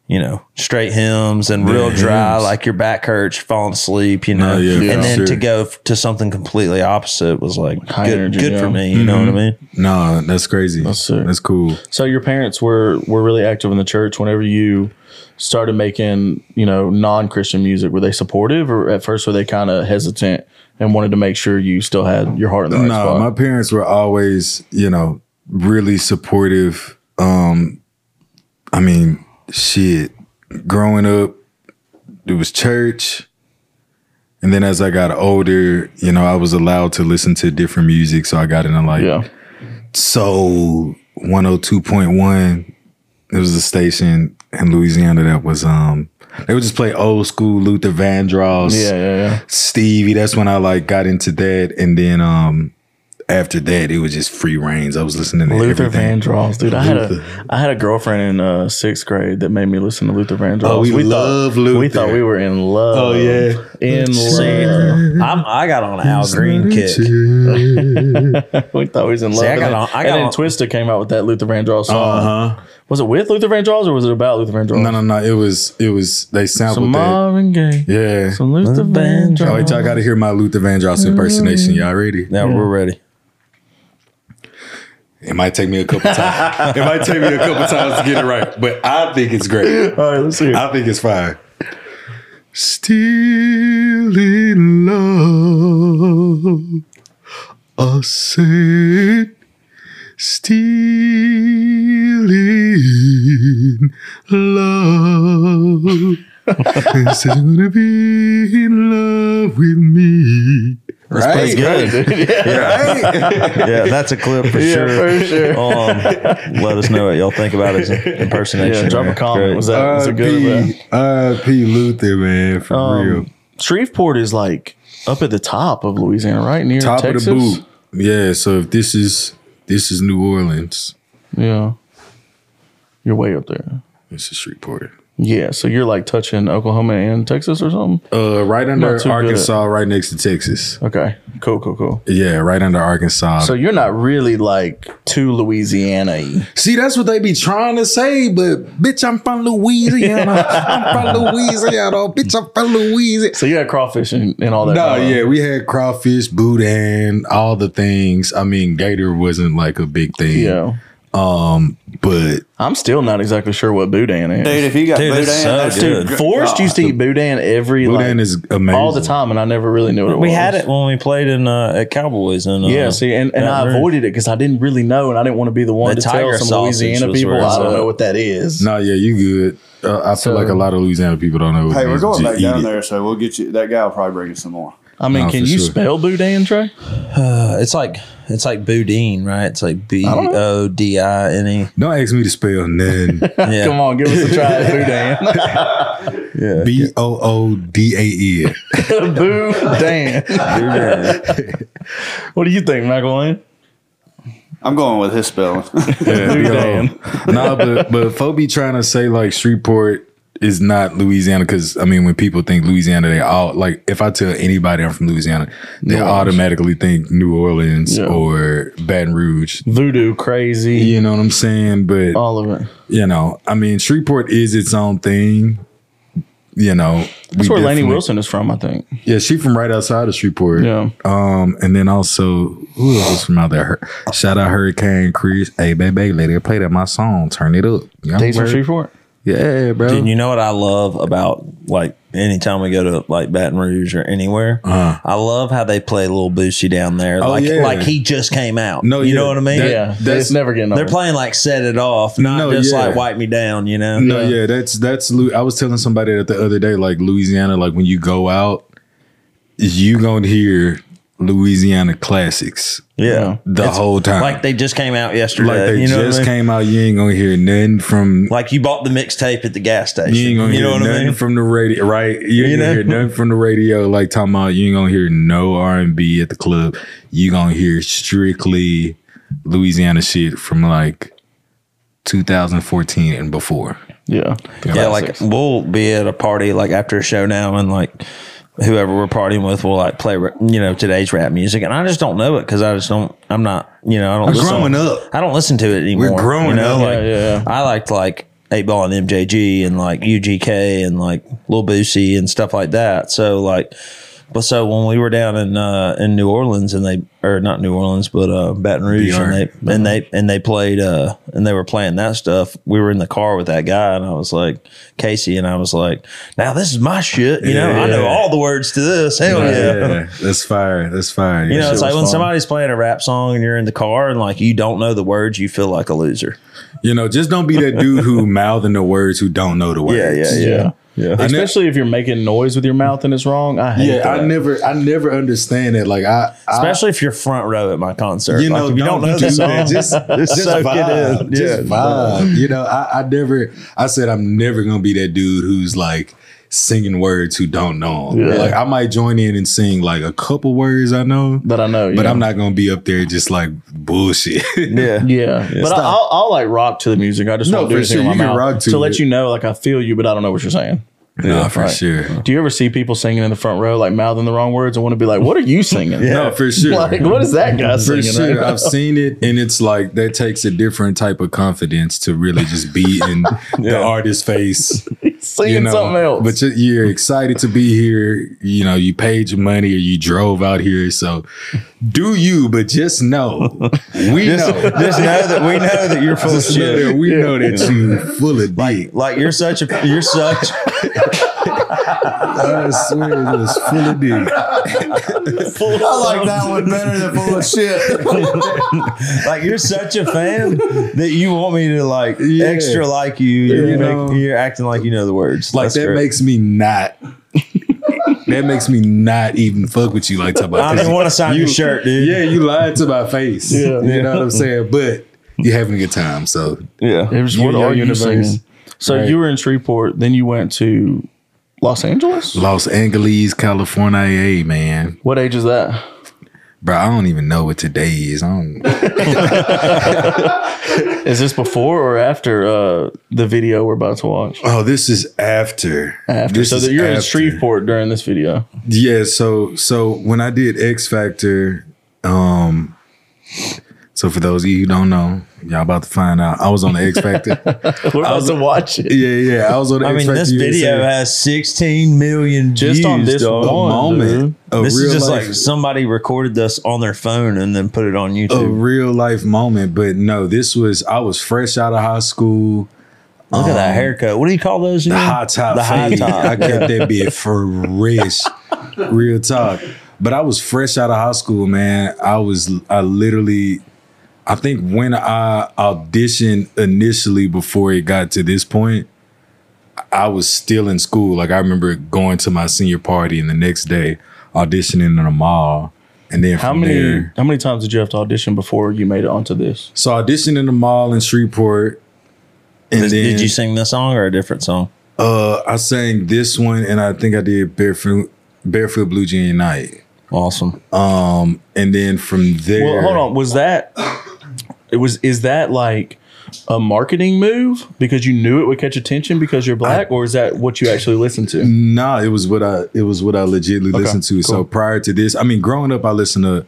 Speaker 3: you know, straight hymns and real
Speaker 2: Yeah,
Speaker 3: dry,
Speaker 2: hymns.
Speaker 3: like your back hurts, falling asleep, you know.
Speaker 2: Oh, yeah,
Speaker 3: and
Speaker 2: yeah,
Speaker 3: then
Speaker 2: sure.
Speaker 3: to go f- to something completely opposite was like
Speaker 1: High
Speaker 3: good,
Speaker 1: energy,
Speaker 3: good
Speaker 1: yeah. Mm-hmm.
Speaker 3: for me. You know what I mean?
Speaker 2: Nah, that's crazy.
Speaker 1: That's sick.
Speaker 2: That's cool.
Speaker 1: So your parents were were really active in the church. Whenever you started making, you know, non Christian music, were they supportive, or at first were they kind of hesitant and wanted to make sure you still had your heart in the right
Speaker 2: no,
Speaker 1: spot?
Speaker 2: my parents were always, you know, really supportive. Um, I mean, shit, growing up, it was church. And then as I got older, you know, I was allowed to listen to different music. So I got into like
Speaker 1: yeah,
Speaker 2: Soul 102.1. It was a station in Louisiana that was, um, they would just play old school Luther Vandross.
Speaker 1: yeah, yeah, yeah.
Speaker 2: Stevie. That's when I like got into that, and then um after that it was just free reigns. I was listening to
Speaker 1: Luther
Speaker 2: everything.
Speaker 1: Vandross, dude. I had
Speaker 2: Luther.
Speaker 1: a I had a girlfriend in uh, sixth grade that made me listen to Luther Vandross.
Speaker 2: Oh, we love
Speaker 1: thought, We
Speaker 2: Luther.
Speaker 1: thought we were in love.
Speaker 2: Oh, yeah.
Speaker 1: in love.
Speaker 3: See, I'm, I got on an Al Green kick.
Speaker 1: we thought we was in love.
Speaker 3: I
Speaker 1: and
Speaker 3: got
Speaker 1: then,
Speaker 3: on- I
Speaker 1: and
Speaker 3: got
Speaker 1: then
Speaker 3: on-
Speaker 1: Twista came out with that Luther Vandross song.
Speaker 2: Uh huh.
Speaker 1: Was it with Luther Vandross or was it about Luther Vandross?
Speaker 2: No, no, no. It was it was they
Speaker 1: Some
Speaker 2: sampled that.
Speaker 1: Marvin Gaye.
Speaker 2: Yeah.
Speaker 1: Some Luther Vandross.
Speaker 2: Oh, wait, y'all gotta hear my Luther Vandross impersonation. Y'all ready?
Speaker 3: Now we're ready.
Speaker 2: It might take me a couple times. it might take me a couple times to get it right, but I think it's great.
Speaker 1: All right, let's hear. it.
Speaker 2: I think it's fine. Still in love, I said. Still in love. Is it gonna be in love with me? Right,
Speaker 1: dude. Yeah,
Speaker 3: Yeah, that's a clip for
Speaker 1: yeah,
Speaker 3: sure.
Speaker 1: for sure.
Speaker 3: Um, let us know what y'all think about his impersonation.
Speaker 1: Yeah, drop a
Speaker 3: there.
Speaker 1: comment.
Speaker 3: Great.
Speaker 1: Was that
Speaker 2: Uh,
Speaker 1: was it good? or bad?
Speaker 2: R.I.P. R.I.P. Luther, man, for
Speaker 1: Um,
Speaker 2: real.
Speaker 1: Shreveport is like up at the top of Louisiana, right near
Speaker 2: top
Speaker 1: Texas.
Speaker 2: of the boot. Yeah, so if this is this is New Orleans,
Speaker 1: Yeah, you're way up there.
Speaker 2: this is Shreveport.
Speaker 1: Yeah, so you're like touching Oklahoma and Texas or something.
Speaker 2: Uh, right under
Speaker 1: Not too good
Speaker 2: Arkansas, right next to Texas.
Speaker 1: Okay, cool, cool, cool.
Speaker 2: Yeah, right under Arkansas.
Speaker 1: So you're not really like too Louisiana.
Speaker 2: See, that's what they be trying to say, but bitch, I'm from Louisiana. I'm from Louisiana. Bitch, I'm from Louisiana.
Speaker 1: So you had crawfish and, and all that.
Speaker 2: No,
Speaker 1: going on.
Speaker 2: yeah, we had crawfish, boudin, all the things. I mean, gator wasn't like a big thing.
Speaker 1: yeah.
Speaker 2: But
Speaker 1: I'm still not exactly sure what boudin is.
Speaker 6: Dude, if you got
Speaker 3: Dude,
Speaker 6: boudin,
Speaker 3: it's so
Speaker 6: that's
Speaker 3: good.
Speaker 6: good.
Speaker 1: Forrest used to eat boudin every
Speaker 2: boudin
Speaker 1: like,
Speaker 2: is amazing.
Speaker 1: all the time, and I never really knew what it
Speaker 3: We
Speaker 1: was.
Speaker 3: had it when we played in uh, at Cowboys and uh,
Speaker 1: Yeah, see, and, and
Speaker 3: Baton
Speaker 1: I
Speaker 3: Rouge.
Speaker 1: avoided it because I didn't really know, and I didn't want to be the one to
Speaker 3: The
Speaker 1: tell
Speaker 3: tiger
Speaker 1: some
Speaker 3: sausage
Speaker 1: Louisiana
Speaker 3: was
Speaker 1: people
Speaker 3: where it's
Speaker 1: I don't
Speaker 3: at.
Speaker 1: know what that is.
Speaker 2: No, yeah, you good. Uh, I
Speaker 1: So-
Speaker 2: feel like a lot of Louisiana people don't know. what
Speaker 6: Hey,
Speaker 2: it
Speaker 6: we're
Speaker 2: is.
Speaker 6: going
Speaker 2: Just
Speaker 6: back
Speaker 2: eat
Speaker 6: down
Speaker 2: it.
Speaker 6: there, so we'll get you. That guy will probably bring us some more.
Speaker 1: I mean,
Speaker 2: No,
Speaker 1: can
Speaker 2: for
Speaker 1: you
Speaker 2: sure.
Speaker 1: spell boudin, Trey?
Speaker 3: Uh, it's like it's like boudin, right? It's like B O D I N E.
Speaker 2: Don't ask me to spell none.
Speaker 3: Yeah.
Speaker 1: Come on, give us a try, boudin.
Speaker 2: B O O D A N.
Speaker 1: boudin. What do you think, Michael?
Speaker 6: I'm going with his spelling.
Speaker 1: Boudin.
Speaker 2: No, but but folk be trying to say like Shreveport is not Louisiana because I mean when people think Louisiana, they all like if I tell anybody I'm from Louisiana, they automatically think New Orleans
Speaker 1: Yeah.
Speaker 2: or Baton Rouge.
Speaker 1: Voodoo, crazy,
Speaker 2: You know what I'm saying? But
Speaker 1: all of it.
Speaker 2: you know, I mean Shreveport is its own thing. You know,
Speaker 1: That's where Laney
Speaker 2: definitely-
Speaker 1: Wilson is from, I think.
Speaker 2: Yeah, she from right outside of Shreveport.
Speaker 1: Yeah.
Speaker 2: Um, and then also who else was from out there? Hur- Shout out Hurricane Chris. Hey, baby, let it play that my song. Turn it up. Y'all
Speaker 1: Days from
Speaker 2: heard?
Speaker 1: Shreveport.
Speaker 2: Yeah, bro.
Speaker 3: Dude, you know what I love about like anytime we go to like Baton Rouge or anywhere, I love how they play little Boosie down there. like
Speaker 2: Uh-huh. Oh, yeah.
Speaker 3: like he just came out.
Speaker 2: No,
Speaker 3: you
Speaker 2: yeah.
Speaker 3: know what I mean?
Speaker 2: That-
Speaker 1: Yeah,
Speaker 2: that's-
Speaker 1: it's never getting old.
Speaker 3: They're playing like set it off, not
Speaker 2: No,
Speaker 3: just
Speaker 2: yeah.
Speaker 3: like wipe me down. You know?
Speaker 2: no, yeah, that's that's. Lou- I was telling somebody that the other day, like Louisiana, like when you go out, you gonna hear Louisiana classics
Speaker 3: yeah.
Speaker 2: the whole time.
Speaker 3: Like they just came out yesterday.
Speaker 2: Like they
Speaker 3: you know
Speaker 2: just
Speaker 3: what I mean?
Speaker 2: came out. You ain't gonna hear nothing from
Speaker 3: like you bought the mixtape at the gas station.
Speaker 2: You ain't gonna
Speaker 3: You
Speaker 2: hear
Speaker 3: know what
Speaker 2: nothing
Speaker 3: I mean?
Speaker 2: from the radio, right? You ain't
Speaker 3: You
Speaker 2: gonna
Speaker 3: know?
Speaker 2: hear nothing from the radio. Like talking about you ain't gonna hear no R and B at the club. You gonna hear strictly Louisiana shit from like 2014 and before.
Speaker 1: Yeah,
Speaker 3: Yeah, like we'll be at a party like after a show now, and like whoever we're partying with will like play you know today's rap music, and I just don't know it because I just don't. I'm not you know I don't.
Speaker 2: I'm
Speaker 3: listen,
Speaker 2: growing up.
Speaker 3: I don't listen to it anymore.
Speaker 2: growing
Speaker 3: you know?
Speaker 2: up.
Speaker 3: Like
Speaker 1: Yeah, yeah, yeah.
Speaker 3: I liked like Eight Ball and MJG and like UGK and like Lil Boosie and stuff like that. So like, but so when we were down in uh, in New Orleans and they or not New Orleans but uh, Baton Rouge
Speaker 2: BR.
Speaker 3: and they and they and they played uh and they were playing that stuff. We were in the car with that guy and I was like Casey and I was like, now this is my shit. You know, I know
Speaker 2: Yeah.
Speaker 3: all the words to this. Hell Oh, yeah.
Speaker 2: that's fire. That's fire.
Speaker 3: You know, it's like when
Speaker 2: somebody.
Speaker 3: somebody's playing a rap song and you're in the car and like you don't know the words, you feel like a loser.
Speaker 2: You know, just don't be that dude who mouthing the words who don't know the words.
Speaker 1: yeah.
Speaker 2: yeah. I ne-
Speaker 1: Especially if you're making noise with your mouth and it's wrong. I hate
Speaker 2: yeah,
Speaker 1: that.
Speaker 2: I never, I never understand it. Like I, I
Speaker 3: Especially if you're front row at my concert.
Speaker 2: you know,
Speaker 3: like if you don't, know
Speaker 2: do
Speaker 3: the song,
Speaker 2: that. just, just
Speaker 3: soak it
Speaker 2: vibe,
Speaker 3: in.
Speaker 2: just
Speaker 3: Yeah.
Speaker 2: vibe. You know, I, I never, I said I'm never gonna be that dude who's like singing words who don't know 'em.
Speaker 1: Yeah.
Speaker 2: Like I might join in and sing like a couple words I know,
Speaker 1: But I know.
Speaker 2: but
Speaker 1: yeah.
Speaker 2: I'm not gonna be up there just like bullshit.
Speaker 3: yeah.
Speaker 1: Yeah, but I, I'll, I'll like rock to the music. I just
Speaker 2: No,
Speaker 1: won't do
Speaker 2: for
Speaker 1: anything
Speaker 2: sure.
Speaker 1: with
Speaker 2: You
Speaker 1: my
Speaker 2: can
Speaker 1: mouth
Speaker 2: rock to
Speaker 1: to, let
Speaker 2: it.
Speaker 1: you know, like I feel you, but I don't know what you're saying.
Speaker 2: no, for
Speaker 1: right.
Speaker 2: sure.
Speaker 1: Do you ever see people singing in the front row, like mouthing the wrong words, and want to be like, "What are you singing?
Speaker 2: No, for sure.
Speaker 1: Like, what is that guy
Speaker 2: For
Speaker 1: singing?"
Speaker 2: sure,
Speaker 1: right?
Speaker 2: I've seen it, and it's like that takes a different type of confidence to really just be in the artist's face.
Speaker 1: singing
Speaker 2: You know,
Speaker 1: something else.
Speaker 2: but you- you're excited to be here. You know, you paid your money or you drove out here, so do you? But just know, we know,
Speaker 3: Just know that we know that you're full of
Speaker 2: Just know
Speaker 3: shit.
Speaker 2: that we know that you full of dick.
Speaker 3: Like you're such a you're such
Speaker 2: I swear, just full of dick.
Speaker 6: I like that one better than full of shit.
Speaker 3: like you're such a fan that you want me to like
Speaker 2: Yeah.
Speaker 3: extra like you. You're,
Speaker 2: You
Speaker 3: make-
Speaker 2: know.
Speaker 3: you're acting like you know the words.
Speaker 2: Like
Speaker 3: That's
Speaker 2: that
Speaker 3: great.
Speaker 2: makes me not. that makes me not even fuck with you like talk about.
Speaker 3: I
Speaker 2: this.
Speaker 3: don't want to sign your shirt, dude.
Speaker 2: Yeah, you lied to my face.
Speaker 1: Yeah.
Speaker 2: You know what I'm saying? But you're having a good time. So
Speaker 1: It was,
Speaker 2: You-
Speaker 1: what
Speaker 2: your
Speaker 1: are you
Speaker 2: universe.
Speaker 1: singing? So
Speaker 2: Right.
Speaker 1: you were in Shreveport, then you went to Los Angeles.
Speaker 2: Los Angeles, California, man.
Speaker 1: What age is that?
Speaker 2: Bro, I don't even know what today is. I don't
Speaker 1: Is this before or after uh, the video we're about to watch?
Speaker 2: Oh, this is after.
Speaker 1: After,
Speaker 2: This
Speaker 1: so
Speaker 2: is
Speaker 1: that you're in
Speaker 2: after.
Speaker 1: Shreveport during this video.
Speaker 2: Yeah, so so when I did X Factor, um so for those of you who don't know, y'all about to find out. I was on the X Factor.
Speaker 1: We're about to watch it.
Speaker 2: yeah, yeah. I was on the
Speaker 3: I
Speaker 2: X
Speaker 3: mean,
Speaker 2: Factor.
Speaker 3: this video
Speaker 2: USA.
Speaker 3: has 16 million
Speaker 1: Just
Speaker 3: views,
Speaker 1: on this
Speaker 3: dog.
Speaker 2: a
Speaker 1: one,
Speaker 2: moment. A
Speaker 3: this
Speaker 2: real
Speaker 3: is just
Speaker 2: life-
Speaker 3: like somebody recorded this on their phone and then put it on
Speaker 2: a
Speaker 3: YouTube.
Speaker 2: real life moment, but no, this was I was fresh out of high school.
Speaker 3: Look at
Speaker 1: Um,
Speaker 3: that haircut. What do you call those?
Speaker 2: The
Speaker 3: again?
Speaker 2: high
Speaker 1: Ah,
Speaker 2: top.
Speaker 3: Mm. The high
Speaker 2: fade.
Speaker 3: top.
Speaker 2: I kept that bit fresh. Real talk. But I was fresh out of high school, man. I was I literally I think when I auditioned initially before it got to this point, I was still in school. Like I remember going to my senior party and the next day auditioning in a mall. And then
Speaker 1: How
Speaker 2: from
Speaker 1: many
Speaker 2: there,
Speaker 1: how many times did you have to audition before you made it onto this?
Speaker 2: so I auditioned in the mall in Shreveport. And
Speaker 3: Did,
Speaker 2: then,
Speaker 3: did you sing this song or a different song?
Speaker 2: Uh, I sang this one, and I think I did barefoot, barefoot blue jean night,
Speaker 3: Awesome.
Speaker 2: and then from there,
Speaker 1: Well, hold on. Was that it was is that like a marketing move because you knew it would catch attention because you're black, or is that what you actually listened to?
Speaker 2: Nah, it was what I it was what I legitly listened to. So prior to this, I mean, growing up, I listened to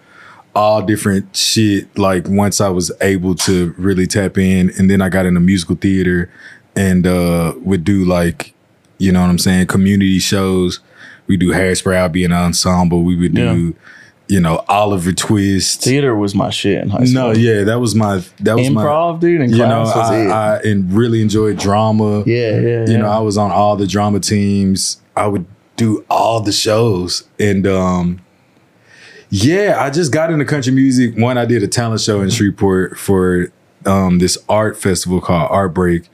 Speaker 2: all different shit. Like once I was able to really tap in, and then I got into musical theater, and uh would do like, you know what I'm saying, community shows. We do hairspray. I'd be in an ensemble. We would do, you know, Oliver Twist.
Speaker 1: Theater was my shit in high school.
Speaker 2: No, yeah, that was my that was my
Speaker 1: improv, dude, and
Speaker 2: you know,
Speaker 1: class was
Speaker 2: I,
Speaker 1: it.
Speaker 2: I and really enjoyed drama.
Speaker 1: yeah, yeah,
Speaker 2: You
Speaker 1: yeah.
Speaker 2: know, I was on all the drama teams. I would do all the shows. And um yeah, I just got into country music. One, I did a talent show in Shreveport for um this art festival called Art Break.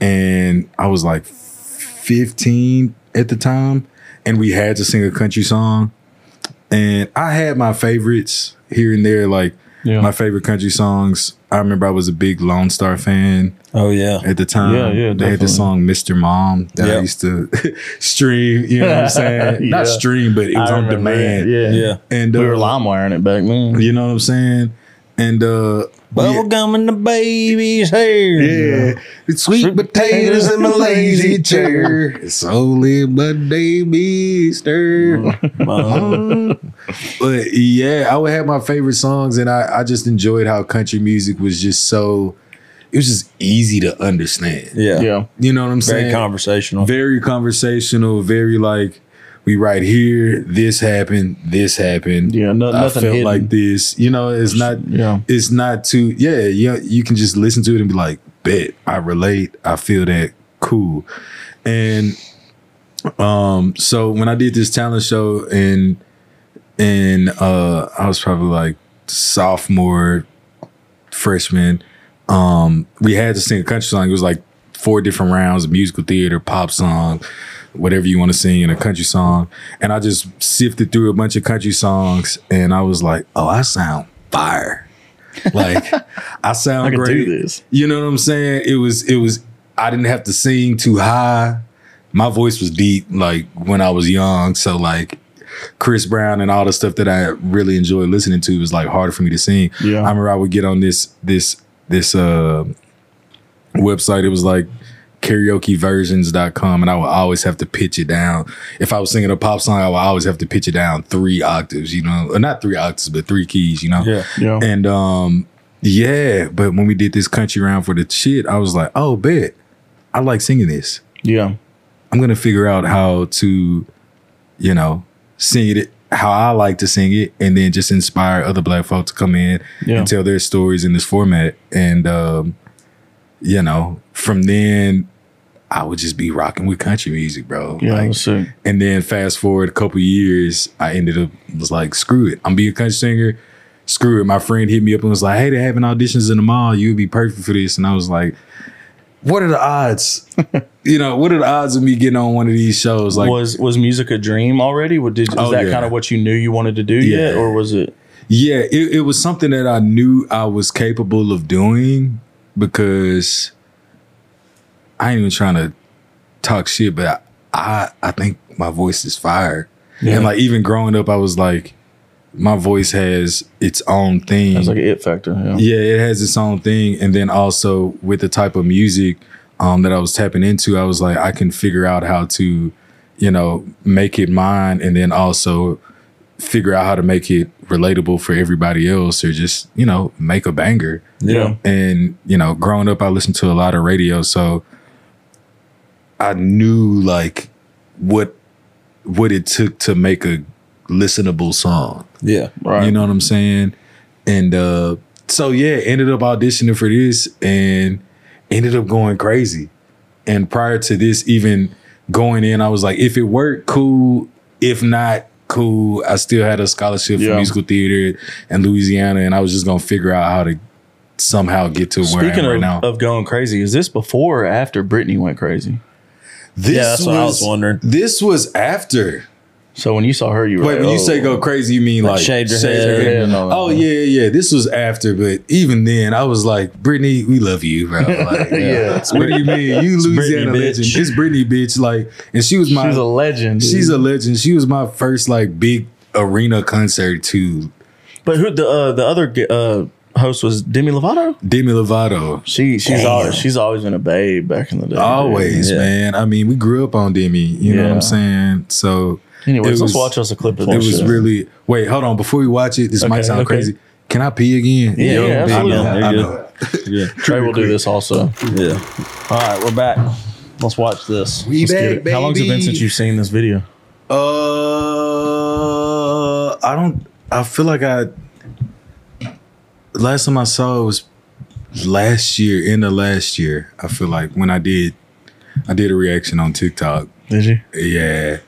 Speaker 2: And I was like 15 at the time. And we had to sing a country song. And I had my favorites here and there, like
Speaker 1: Yeah.
Speaker 2: my favorite country songs. I remember I was a big Lone Star fan
Speaker 3: Oh, yeah.
Speaker 2: at the time.
Speaker 1: Yeah, yeah,
Speaker 2: They had
Speaker 1: definitely.
Speaker 2: the song Mr. Mom that I
Speaker 3: Yeah.
Speaker 2: used to stream, you know what I'm saying?
Speaker 1: Yeah.
Speaker 2: Not stream, but it was
Speaker 1: I
Speaker 2: on
Speaker 1: remember
Speaker 2: demand.
Speaker 1: it, Yeah.
Speaker 3: Yeah.
Speaker 2: And uh,
Speaker 1: We were lime wiring it back then.
Speaker 2: you know what I'm saying? And uh yeah,
Speaker 3: Bubblegum and the baby's hair.
Speaker 2: yeah. It's sweet potatoes in my lazy chair. It's only my baby stir.
Speaker 3: Uh-huh.
Speaker 2: but yeah, I would have my favorite songs, and I, I just enjoyed how country music was just so it was just easy to understand.
Speaker 3: Yeah.
Speaker 1: Yeah.
Speaker 2: You know what I'm
Speaker 3: Very
Speaker 2: saying?
Speaker 3: conversational.
Speaker 2: very conversational, very like we right here. This happened. This happened.
Speaker 1: Yeah, no-
Speaker 2: I
Speaker 1: nothing
Speaker 2: felt
Speaker 1: hidden.
Speaker 2: like this. You know, it's not.
Speaker 1: Yeah.
Speaker 2: it's not too. Yeah, yeah. You can just listen to it and be like, bet I relate. I feel that cool. And um, so when I did this talent show and and uh, I was probably like sophomore, freshman. Um, we had to sing a country song. It was like four different rounds of musical theater, pop song, whatever you want to sing in a country song. And I just sifted through a bunch of country songs and I was like, oh, I sound fire. Like I sound
Speaker 1: I can
Speaker 2: great.
Speaker 1: do this.
Speaker 2: You know what I'm saying? It was it was I didn't have to sing too high. My voice was deep like when I was young. So like Chris Brown and all the stuff that I really enjoy listening to was like harder for me to sing.
Speaker 1: Yeah.
Speaker 2: I remember I would get on this this this uh website. It was like karaokeversions.com and I would always have to pitch it down. If I was singing a pop song, I would always have to pitch it down three octaves, you know, or not three octaves, but three keys, you know?
Speaker 3: Yeah.
Speaker 1: Yeah.
Speaker 2: And um, yeah, but when we did this country round for the shit, I was like, oh, bet. I like singing this.
Speaker 1: yeah.
Speaker 2: I'm gonna figure out how to, you know, sing it how I like to sing it, and then just inspire other black folk to come in
Speaker 1: Yeah.
Speaker 2: and tell their stories in this format. And um, you know, from then I would just be rocking with country music, bro.
Speaker 1: Yeah.
Speaker 2: Like,
Speaker 1: that's it.
Speaker 2: and then fast forward a couple years, I ended up was like, screw it. I'm being a country singer. Screw it. My friend hit me up and was like, hey, they're having auditions in the mall. You'd be perfect for this. And I was like, what are the odds? you know, what are the odds of me getting on one of these shows? Like,
Speaker 1: was was music a dream already? What did is
Speaker 2: Oh,
Speaker 1: that
Speaker 2: yeah.
Speaker 1: kind of what you knew you wanted to do
Speaker 2: Yeah.
Speaker 1: yet, or was it?
Speaker 2: yeah, it, it was something that I knew I was capable of doing because I ain't even trying to talk shit, but I I, I think my voice is fire. And like even growing up, I was like, my voice has its own thing.
Speaker 1: It's like an it factor. Yeah.
Speaker 2: yeah, it has its own thing. And then also with the type of music um, that I was tapping into, I was like, I can figure out how to, you know, make it mine, and then also figure out how to make it relatable for everybody else, or just you know, make a banger
Speaker 1: Yeah.
Speaker 2: and you know growing up i listened to a lot of radio so i knew like what what it took to make a listenable song
Speaker 3: Yeah.
Speaker 1: Right.
Speaker 2: you know what i'm saying and uh so yeah ended up auditioning for this and ended up going crazy and prior to this even going in i was like if it worked cool if not cool i still had a scholarship for
Speaker 1: Yeah.
Speaker 2: musical theater in louisiana and i was just gonna figure out how to somehow get to where
Speaker 1: Speaking
Speaker 2: i am
Speaker 1: of,
Speaker 2: right now
Speaker 1: of going crazy, is this before or after Britney went crazy?
Speaker 2: this
Speaker 3: Yeah, that's what I was wondering.
Speaker 2: this was after
Speaker 1: So when you saw her, you were
Speaker 2: Wait,
Speaker 1: like,
Speaker 2: when you
Speaker 1: "Oh."
Speaker 2: say go crazy, you mean like,
Speaker 3: shaved her
Speaker 2: shaved
Speaker 3: head.
Speaker 1: Yeah, no, no,
Speaker 2: oh
Speaker 1: no.
Speaker 2: yeah, yeah. yeah. This was after, but even then, I was like, Brittany, we love you, bro. Like,
Speaker 1: Yeah.
Speaker 2: what do you mean? You Louisiana
Speaker 3: Britney, bitch.
Speaker 2: legend. It's Brittany, bitch. Like, and she was my.
Speaker 1: she's a legend. dude.
Speaker 2: she's a legend. She was my first like big arena concert too.
Speaker 1: but who the uh, the other g- uh, host was Demi Lovato.
Speaker 2: Demi Lovato.
Speaker 1: She she's always she's always been a babe back in the day. dude.
Speaker 2: Always,
Speaker 3: Yeah.
Speaker 2: man. I mean, we grew up on Demi. You know what
Speaker 1: Yeah.
Speaker 2: I'm saying? So,
Speaker 1: Anyways,
Speaker 2: it
Speaker 1: let's
Speaker 2: was-
Speaker 1: watch us a clip of
Speaker 2: It
Speaker 1: this.
Speaker 2: was
Speaker 1: shit.
Speaker 2: really. Wait, hold on. Before we watch it, this might
Speaker 1: Okay,
Speaker 2: sound
Speaker 1: okay.
Speaker 2: crazy. Can I pee again?
Speaker 1: Yeah,
Speaker 2: Yo,
Speaker 1: yeah,
Speaker 2: big-
Speaker 1: absolutely.
Speaker 2: I know,
Speaker 3: You're
Speaker 2: I
Speaker 3: good.
Speaker 2: know.
Speaker 1: Trey will do this also.
Speaker 3: Yeah. All right, we're back. Let's watch this.
Speaker 2: We
Speaker 1: Let's get
Speaker 2: back,
Speaker 1: it. How long's it been
Speaker 2: baby.
Speaker 1: since you've seen this video?
Speaker 2: Uh, I don't. I feel like I. Last time I saw it was last year, end of last year. I feel like when I did, I did a reaction on TikTok.
Speaker 1: Did you?
Speaker 2: Yeah,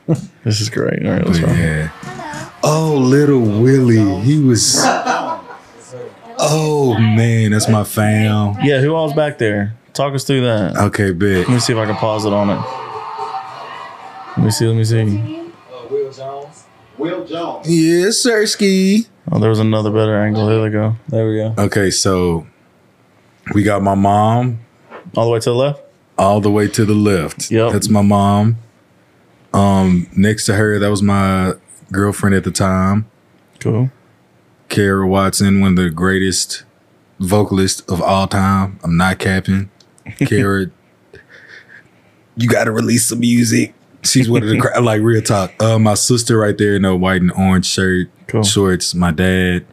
Speaker 1: This is great. All right,
Speaker 2: but
Speaker 1: let's go.
Speaker 2: yeah. Oh, little Willie, he was. Oh man, that's my fam.
Speaker 1: Yeah, who all's back there? Talk us through that. Let
Speaker 2: Okay, bet.
Speaker 1: me see if I can pause it on it. Let me see. Let me see.
Speaker 2: Yeah, Sersky.
Speaker 1: Oh, there was another better angle. There they go.
Speaker 3: There we go.
Speaker 2: Okay, so we got my mom,
Speaker 1: All the way to the left.
Speaker 2: all the way to the left.
Speaker 1: Yep.
Speaker 2: That's my mom. Um, next to her, that was my girlfriend at the time,
Speaker 1: Cool.
Speaker 2: Kara Watson, one of the greatest vocalists of all time. I'm not capping. Kara, you got to release some music. She's one of the cra- like real talk. Uh, my sister right there in a white and orange shirt,
Speaker 1: Cool.
Speaker 2: shorts. My dad,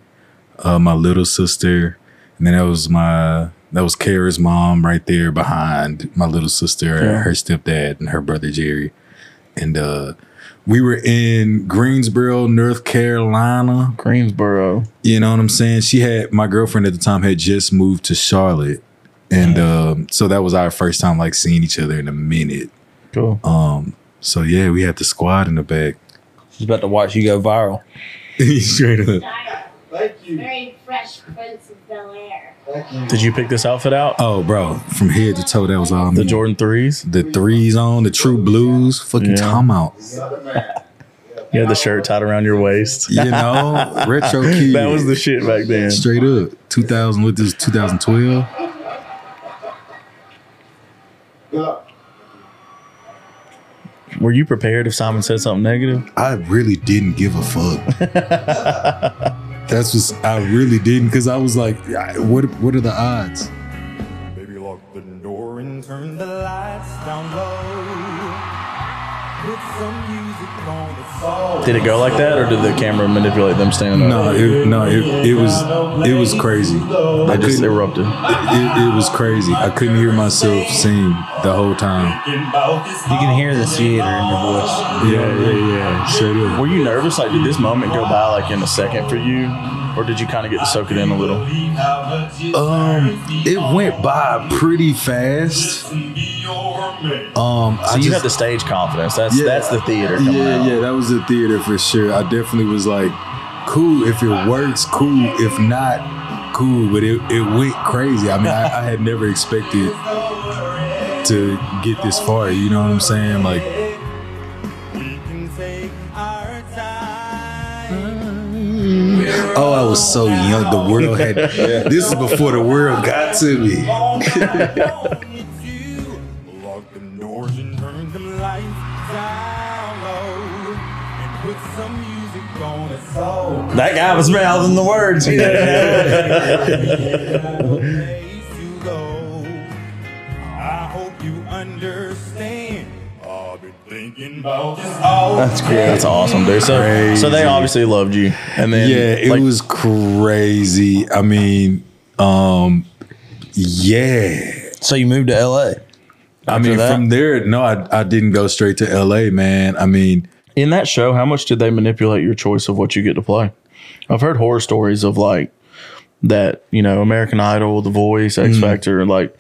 Speaker 2: uh, my little sister, and then that was my That was Kara's mom right there behind my little sister, her stepdad, and her brother Jerry. And uh, we were in Greensboro, North Carolina.
Speaker 1: Greensboro.
Speaker 2: You know what I'm saying? She had my girlfriend at the time had just moved to Charlotte,
Speaker 1: Mm.
Speaker 2: and um, so that was our first time like seeing each other in a minute.
Speaker 1: Cool.
Speaker 3: Oh.
Speaker 2: So yeah, we had the squad in the back.
Speaker 3: She's about to watch you go viral.
Speaker 2: Straight up.
Speaker 7: Dial. Very fresh Prince of Bel Air.
Speaker 1: Did you pick this outfit out?
Speaker 2: Oh, bro, from head to toe, that was all
Speaker 1: the
Speaker 2: me.
Speaker 1: Jordan threes.
Speaker 2: the threes on the true blues. Fucking
Speaker 1: Yeah.
Speaker 2: time out.
Speaker 1: You had the shirt tied around your waist.
Speaker 2: You know, retro kid.
Speaker 1: That was the shit back then.
Speaker 2: straight up 2000. What this 2012?
Speaker 1: Were you prepared if Simon said something negative?
Speaker 2: I really didn't give a fuck. That's just I really didn't because I was like, I- what What are the odds?
Speaker 8: Baby, lock the door and turn the lights down low. Put some music on the phone.
Speaker 1: Did it go like that, or did the camera manipulate them standing up?
Speaker 2: No, it, no, it, it was it was crazy. I
Speaker 1: I just
Speaker 2: couldn't-
Speaker 1: erupted.
Speaker 2: it, it was crazy. I couldn't hear myself sing the whole time.
Speaker 3: You can hear the theater in your voice.
Speaker 2: Yeah, yeah, yeah. Straight up.
Speaker 1: Were you nervous? Like, did this moment go by like in a second for you, or did you kind of get to soak it in a little?
Speaker 2: Um, it went by pretty fast. Um,
Speaker 1: So
Speaker 2: I
Speaker 1: you
Speaker 2: just,
Speaker 1: have the stage confidence. That's
Speaker 2: Yeah.
Speaker 1: that's the theater coming
Speaker 2: yeah,
Speaker 1: out.
Speaker 2: yeah, that was the theater for sure. I definitely was like, cool if it works, cool if not, cool. But it, it went crazy. I mean, I, I had never expected to get this far. You know what I'm saying? Like,
Speaker 8: We can take our time.
Speaker 2: oh, I was so young. The world had this is before the world got to me.
Speaker 8: All night long with you. Lock the doors and turn the lights down low. And put some music on the soul.
Speaker 3: That guy was mouthing the words. You know?
Speaker 8: place you go. I hope you understand. I've been thinking about this all
Speaker 3: That's great.
Speaker 1: That's awesome, dude. So, so they obviously loved you, and then
Speaker 2: yeah, it
Speaker 1: like,
Speaker 2: was crazy. I mean, um, yeah.
Speaker 3: So you moved to LA.
Speaker 2: I mean,
Speaker 1: that?
Speaker 2: from there, no, I, I didn't go straight to LA, man. I mean,
Speaker 1: in that show. How much did they manipulate your choice of what you get to play? I've heard horror stories of like that, you know, American Idol, The Voice,
Speaker 2: Mm.
Speaker 1: X Factor, like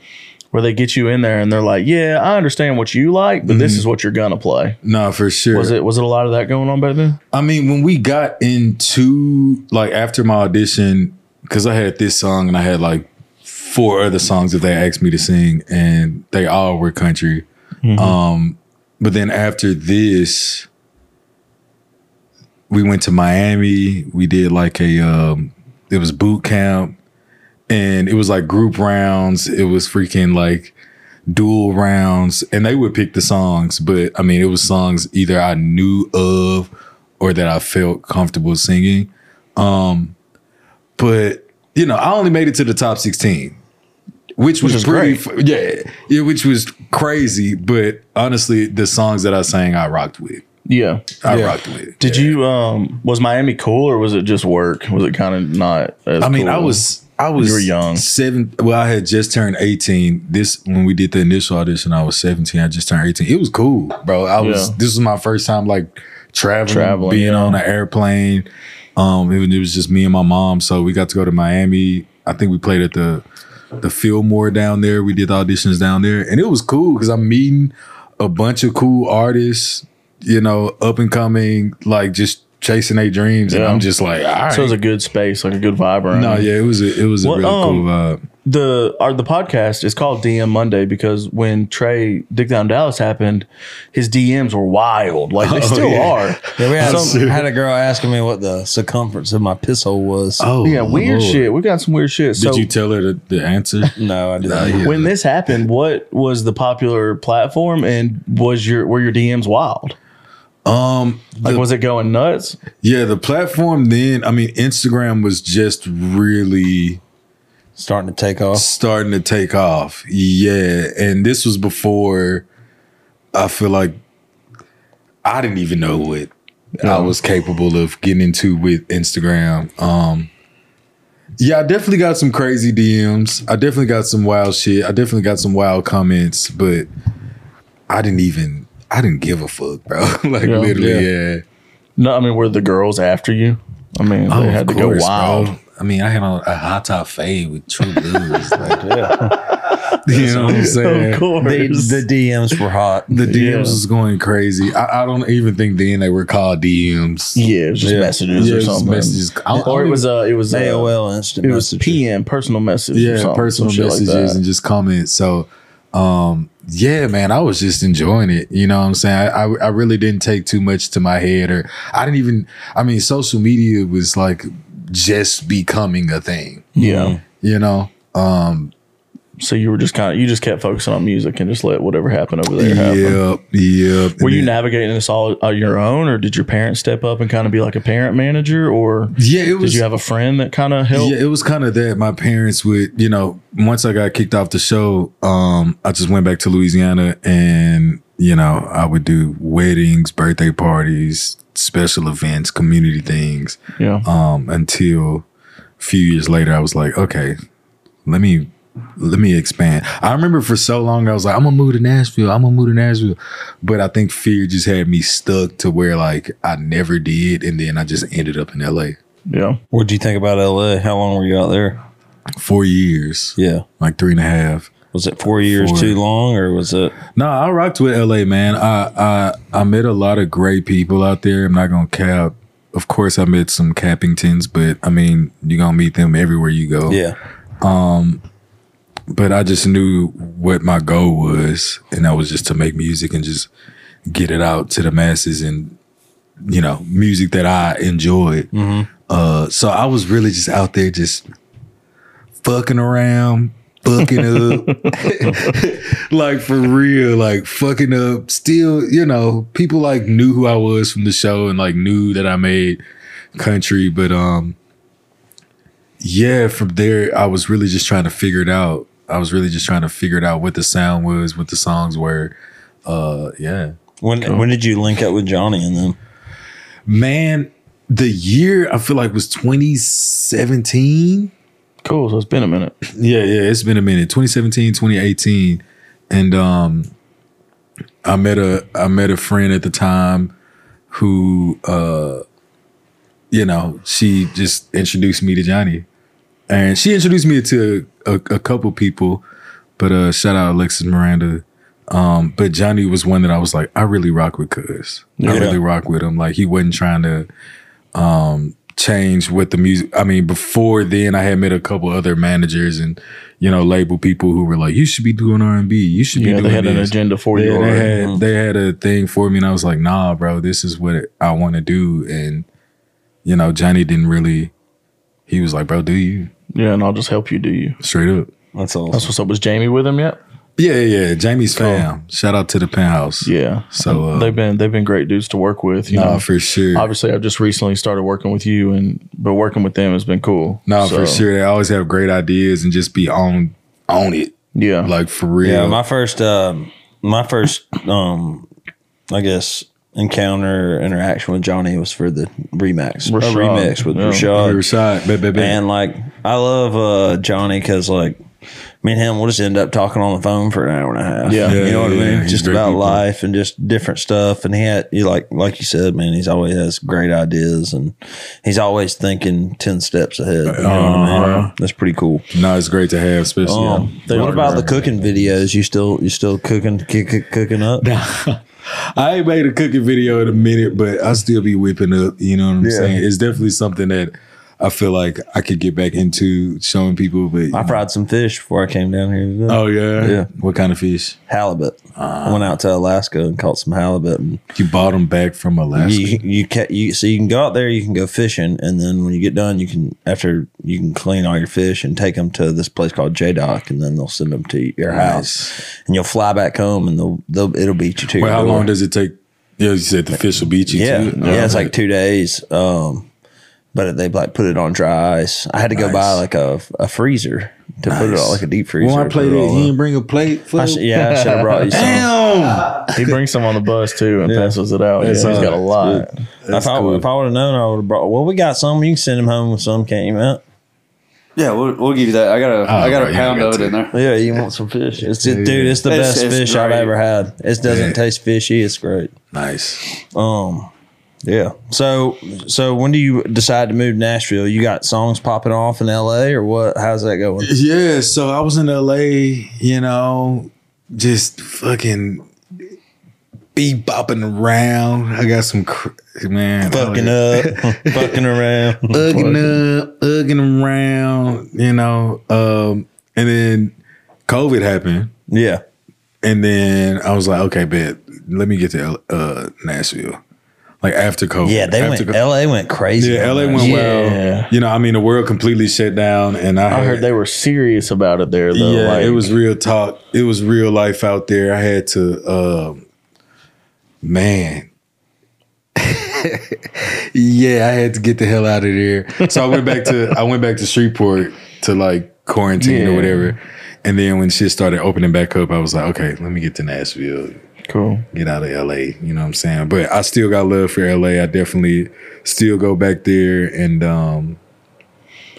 Speaker 1: where they get you in there and they're like, "Yeah, I understand what you like, but
Speaker 2: Mm.
Speaker 1: this is what you're gonna play."
Speaker 2: no, for sure.
Speaker 1: Was it was it a lot of that going on back then?
Speaker 2: I mean, when we got into like after my audition, because I had this song and I had like four other songs that they asked me to sing, and they all were country.
Speaker 1: Mm-hmm.
Speaker 2: Um, but then after this, we went to Miami. We did like a um, it was boot camp, and it was like group rounds. It was freaking like dual rounds and they would pick the songs but i mean it was songs either i knew of or that i felt comfortable singing um but you know i only made it to the top 16 which was
Speaker 1: is
Speaker 2: pretty f- yeah yeah which was crazy but honestly the songs that i sang i rocked with
Speaker 1: Yeah.
Speaker 2: i Yeah. rocked with
Speaker 1: Did you um was Miami cool or was it just work? Was it kind of not as
Speaker 2: I mean, I
Speaker 1: cool?
Speaker 2: was I was
Speaker 1: You were young.
Speaker 2: Seven. Well, I had just turned eighteen. This when we did the initial audition, I was seventeen. I just turned eighteen. It was cool, bro. I was.
Speaker 1: Yeah.
Speaker 2: This was my first time like traveling,
Speaker 1: Traveling,
Speaker 2: being
Speaker 1: yeah.
Speaker 2: on an airplane. Um, it was, it was just me and my mom, so we got to go to Miami. I think we played at the the Fillmore down there. We did the auditions down there, and it was cool because I'm meeting a bunch of cool artists. You know, up and coming, like just chasing their dreams, and
Speaker 1: Yeah.
Speaker 2: I'm just like, all right.
Speaker 1: so it was a good space, like a good vibe around.
Speaker 2: No,
Speaker 1: it.
Speaker 2: yeah, it was a, it was a
Speaker 1: What, um,
Speaker 2: really cool vibe.
Speaker 1: the our the podcast is called DM Monday because when Trey Dick Down Dallas happened, his DMs were wild. Like they still
Speaker 2: Oh, yeah.
Speaker 1: are.
Speaker 3: Yeah, we had,
Speaker 1: Some-
Speaker 3: had a girl asking me what the circumference of my piss hole was.
Speaker 2: Oh,
Speaker 1: yeah, weird shit. We got some weird shit.
Speaker 2: Did
Speaker 1: So
Speaker 2: you tell her the, the answer?
Speaker 3: No, I didn't.
Speaker 1: when this happened, what was the popular platform and was your were your DMs wild?
Speaker 2: um,
Speaker 1: Like was it going nuts?
Speaker 2: yeah, the platform then. I mean, Instagram was just really
Speaker 3: Starting to take off.
Speaker 2: starting to take off. Yeah, and this was before. I feel like I didn't even know what I was capable of getting into with Instagram. Um, Yeah, I definitely got some crazy DMs. I definitely got some wild shit. I definitely got some wild comments, but I didn't even I didn't give a fuck, bro. like
Speaker 1: Yeah.
Speaker 2: literally, yeah.
Speaker 1: No, I mean, were the girls after you? I mean, they
Speaker 2: Oh, of
Speaker 1: had to
Speaker 2: course,
Speaker 1: go wild.
Speaker 2: bro. I mean, I had on a hot top fade with true blues. Like, You know what I'm saying?
Speaker 1: Of course.
Speaker 3: The, the DMs were hot.
Speaker 2: The DMs
Speaker 1: Yeah.
Speaker 2: was going crazy. I, I don't even think then they were called DMs.
Speaker 1: yeah, it was just
Speaker 2: Yeah.
Speaker 1: messages
Speaker 2: Yeah, it
Speaker 1: or
Speaker 2: was
Speaker 1: something.
Speaker 2: messages. I-
Speaker 1: or
Speaker 2: I-
Speaker 1: it was uh, it was uh,
Speaker 3: AOL instant
Speaker 1: It was
Speaker 3: messaging.
Speaker 1: PM, personal message. or
Speaker 2: yeah,
Speaker 1: something,
Speaker 2: personal
Speaker 1: some shit like
Speaker 2: messages
Speaker 1: that.
Speaker 2: and just comments. So, um, yeah, man, I was just enjoying it. You know what I'm saying? I, I, I really didn't take too much to my head, or I didn't even. I mean, social media was like just becoming a thing.
Speaker 1: yeah.
Speaker 2: You know. Um,
Speaker 1: Mm-hmm. So you were just kind of you just kept focusing on music and just let whatever happened over there happen.
Speaker 2: yep, yep.
Speaker 1: Were
Speaker 2: And
Speaker 1: you
Speaker 2: then-
Speaker 1: navigating this all on your own, or did your parents step up and kind of be like a parent manager, or
Speaker 2: Yeah, it
Speaker 1: did
Speaker 2: was.
Speaker 1: you have a friend that kind of helped?
Speaker 2: Yeah, it was kind of that. My parents would, you know, once I got kicked off the show, um, I just went back to Louisiana and, you know, I would do weddings, birthday parties, special events, community things,
Speaker 1: Yeah.
Speaker 2: um, until a few years later I was like, okay, let me let me expand. I remember for so long I was like, I'm gonna move to Nashville, I'm gonna move to Nashville. But I think fear just had me stuck to where like I never did, and then I just ended up in LA.
Speaker 1: yeah.
Speaker 3: What'd you think about LA? How long were you out there?
Speaker 2: Four years.
Speaker 3: Yeah.
Speaker 2: like three and a half.
Speaker 3: Was it four years
Speaker 2: Four.
Speaker 3: too long or was it?
Speaker 2: No, I rocked with LA, man. I I I met a lot of great people out there. I'm not gonna cap. Of course, I met some Cappingtons, but I mean, you're gonna meet them everywhere you go.
Speaker 3: Yeah.
Speaker 2: But I just knew what my goal was, and that was just to make music and just get it out to the masses and you know, music that I enjoyed. Uh, so I was really just out there just fucking around, fucking up, like for real, like fucking up. Still, you know, people like knew who I was from the show and like knew that I made country, but um, yeah, from there I was really just trying to figure it out. I was really just trying to figure it out what the sound was, what the songs were. Uh, yeah.
Speaker 3: When when did you link up with Johnny and them?
Speaker 2: Man, the year I feel like was 2017.
Speaker 1: Cool. So it's been a minute.
Speaker 2: Yeah, yeah, it's been a minute. 2017, 2018. And um I met a I met a friend at the time who uh you know, she just introduced me to Johnny. And she introduced me to a, a couple people, but uh shout out Alexis Miranda. Um, but Johnny was one that I was like, I really rock with cuz. I
Speaker 3: Yeah.
Speaker 2: really rock with him. Like he wasn't trying to um, change with the music. I mean, before then, I had met a couple other managers and you know label people who were like, "You should be doing R and B. You should be
Speaker 1: Yeah,
Speaker 2: doing
Speaker 1: they had an
Speaker 2: this."
Speaker 1: agenda for you.
Speaker 2: Yeah, they
Speaker 1: already.
Speaker 2: had they had a thing for me, and I was like, "Nah, bro, this is what I want to do." And you know, Johnny didn't really. He was like, "Bro, do you
Speaker 1: yeah, and I'll just help you do you.
Speaker 2: straight up?"
Speaker 3: That's awesome.
Speaker 1: That's what's up. Was Jamie with him yet?
Speaker 2: Yeah, yeah. yeah. Jamie's fam. Shout out to the penthouse.
Speaker 1: Yeah.
Speaker 2: So, uh,
Speaker 1: they've been they've been great dudes to work with. You
Speaker 2: Nah,
Speaker 1: know,
Speaker 2: for sure.
Speaker 1: obviously I've just recently started working with you, and but working with them has been cool.
Speaker 2: No,
Speaker 1: So,
Speaker 2: for sure. They always have great ideas and just be on on it,
Speaker 1: Yeah,
Speaker 2: like for real.
Speaker 3: Yeah, my first, um, my first, um, I guess encounter interaction with Johnny was for the remax, a
Speaker 1: Rashad,
Speaker 3: remix with
Speaker 1: yeah.
Speaker 2: Hey,
Speaker 3: Rashad,
Speaker 2: Rashad, ba- ba- ba-
Speaker 3: and like I love uh, Johnny because like me and him, we'll just end up talking on the phone for an hour and a half.
Speaker 1: Yeah.
Speaker 3: you know what I
Speaker 2: Yeah, yeah,
Speaker 3: mean.
Speaker 2: yeah. He's
Speaker 3: Just
Speaker 2: great
Speaker 3: about
Speaker 2: people.
Speaker 3: life and just different stuff. And he had, he like, like you said, man, he's always has great ideas and he's always thinking ten steps ahead. You know what I
Speaker 2: Uh-huh.
Speaker 3: mean? That's pretty cool.
Speaker 2: No, it's great to have, especially.
Speaker 3: Um, what about the cooking videos? You still you still cooking kick, kick- cooking up?
Speaker 2: I ain't made a cooking video in a minute, but I still be whipping up. You know what I'm saying? It's definitely something that I feel like I could get back into showing people. But
Speaker 3: I fried some fish before I came down here today.
Speaker 2: oh yeah,
Speaker 3: Yeah.
Speaker 2: What kind of fish?
Speaker 3: halibut. I went out to Alaska and caught some halibut. And
Speaker 2: You bought them back from Alaska.
Speaker 3: you you ca- you so you can go out there, you can go fishing, and then when you get done, you can after you can clean all your fish and take them to this place called J Dock, and then they'll send them to your house, and you'll fly back home, and they'll, they'll it'll beat you to
Speaker 2: Well,
Speaker 3: your
Speaker 2: how
Speaker 3: door.
Speaker 2: long does it take? Yeah, you said the fish will beat you.
Speaker 3: Yeah,
Speaker 2: too?
Speaker 3: yeah, it's like two days. Um, but they like put it on dry ice. I had to go buy
Speaker 2: Nice.
Speaker 3: like a, a freezer to put it on, like a deep freezer.
Speaker 2: When I
Speaker 3: to
Speaker 2: played
Speaker 3: put
Speaker 2: it, he
Speaker 3: all
Speaker 2: didn't
Speaker 3: up.
Speaker 2: bring a plate. For
Speaker 3: I sh- yeah, I should have brought you some.
Speaker 2: Damn.
Speaker 1: he brings some on the bus too and passes it out. Yeah, he's
Speaker 2: all
Speaker 1: got a
Speaker 2: right.
Speaker 1: lot.
Speaker 3: if I,
Speaker 2: cool.
Speaker 3: if I would have known, I would have brought. Well, we got some. You can send him home when some came out.
Speaker 9: Yeah, we'll, we'll give you that. I got a I got
Speaker 2: Oh, bro,
Speaker 9: a
Speaker 2: you
Speaker 9: pound
Speaker 2: got
Speaker 9: of it
Speaker 2: to.
Speaker 9: in there.
Speaker 3: Yeah, you want some fish? It's
Speaker 2: Yeah.
Speaker 3: just, dude, it's the
Speaker 9: It's-
Speaker 3: best
Speaker 9: it's
Speaker 3: fish I've
Speaker 9: great.
Speaker 3: ever had. It doesn't
Speaker 2: Yeah.
Speaker 3: taste fishy. It's great.
Speaker 2: Nice.
Speaker 3: Um, yeah. So, so when do you decide to move to Nashville? You got songs popping off in L.A. or what? How's that going?
Speaker 2: Yeah, so I was in LA, you know, just fucking bebopping around. I got some cr- man I was-
Speaker 3: Fucking up, fucking around.
Speaker 2: ugging up, ugging around, you know. Um, and then COVID happened,
Speaker 3: Yeah.
Speaker 2: and then I was like, okay, bet, let me get to uh, Nashville. Like after COVID,
Speaker 3: Yeah, they
Speaker 2: after
Speaker 3: went. L.A. went crazy.
Speaker 2: yeah,
Speaker 3: on
Speaker 2: LA
Speaker 3: that.
Speaker 2: went
Speaker 1: Yeah.
Speaker 2: well. You know, I mean, the world completely shut down, and I,
Speaker 1: I
Speaker 2: had-
Speaker 1: heard they were serious about it there though.
Speaker 2: yeah,
Speaker 1: like,
Speaker 2: it was real talk. It was real life out there. I had to, um, man. yeah, I had to get the hell out of there. So I went back to I went back to Shreveport to like quarantine
Speaker 1: Yeah.
Speaker 2: or whatever. And then when shit started opening back up, I was like, okay, let me get to Nashville,
Speaker 1: cool.
Speaker 2: get out of LA. You know what I'm saying? But I still got love for LA. I definitely still go back there, and um,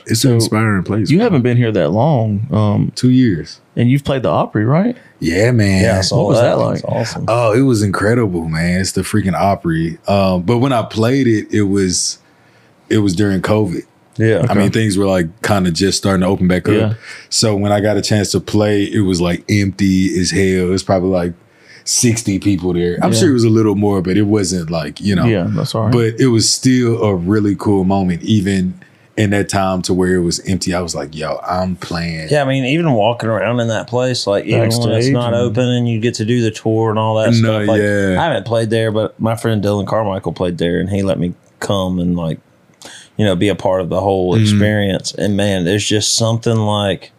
Speaker 2: it's an inspiring place.
Speaker 1: You haven't been here that long, um,
Speaker 2: two years.
Speaker 1: and you've played the Opry, right?
Speaker 2: Yeah, man.
Speaker 3: Yeah, I saw
Speaker 1: What was that like?
Speaker 3: It's awesome.
Speaker 2: Oh, it was incredible, man. It's the freaking Opry. Um, but when I played it, it was it was during COVID.
Speaker 3: yeah.
Speaker 2: I mean, things were like kind of just starting to open back up.
Speaker 1: Yeah.
Speaker 2: So when I got a chance to play, it was like empty as hell. It was probably like 60 people there. I'm
Speaker 1: Yeah.
Speaker 2: sure it was a little more, but it wasn't like, you know.
Speaker 1: Yeah, that's all right.
Speaker 2: But it was still a really cool moment, even in that time to where it was empty. I was like, yo, I'm playing.
Speaker 3: Yeah, I mean, even walking around in that place, like even when it's
Speaker 1: Backstage
Speaker 3: not
Speaker 1: and-
Speaker 3: open and you get to do the tour and all that
Speaker 2: No,
Speaker 3: stuff. Like,
Speaker 2: yeah.
Speaker 3: I haven't played there, but my friend Dylan Carmichael played there, and he let me come and like, you know, be a part of the whole
Speaker 2: Mm.
Speaker 3: experience. And man, there's just something like.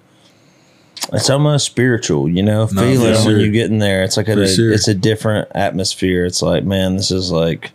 Speaker 3: It's almost spiritual, you know,
Speaker 2: No,
Speaker 3: feeling
Speaker 2: for
Speaker 3: when
Speaker 2: sure.
Speaker 3: you get in there. It's like a,
Speaker 2: For sure.
Speaker 3: it's a different atmosphere. It's like, man, this is like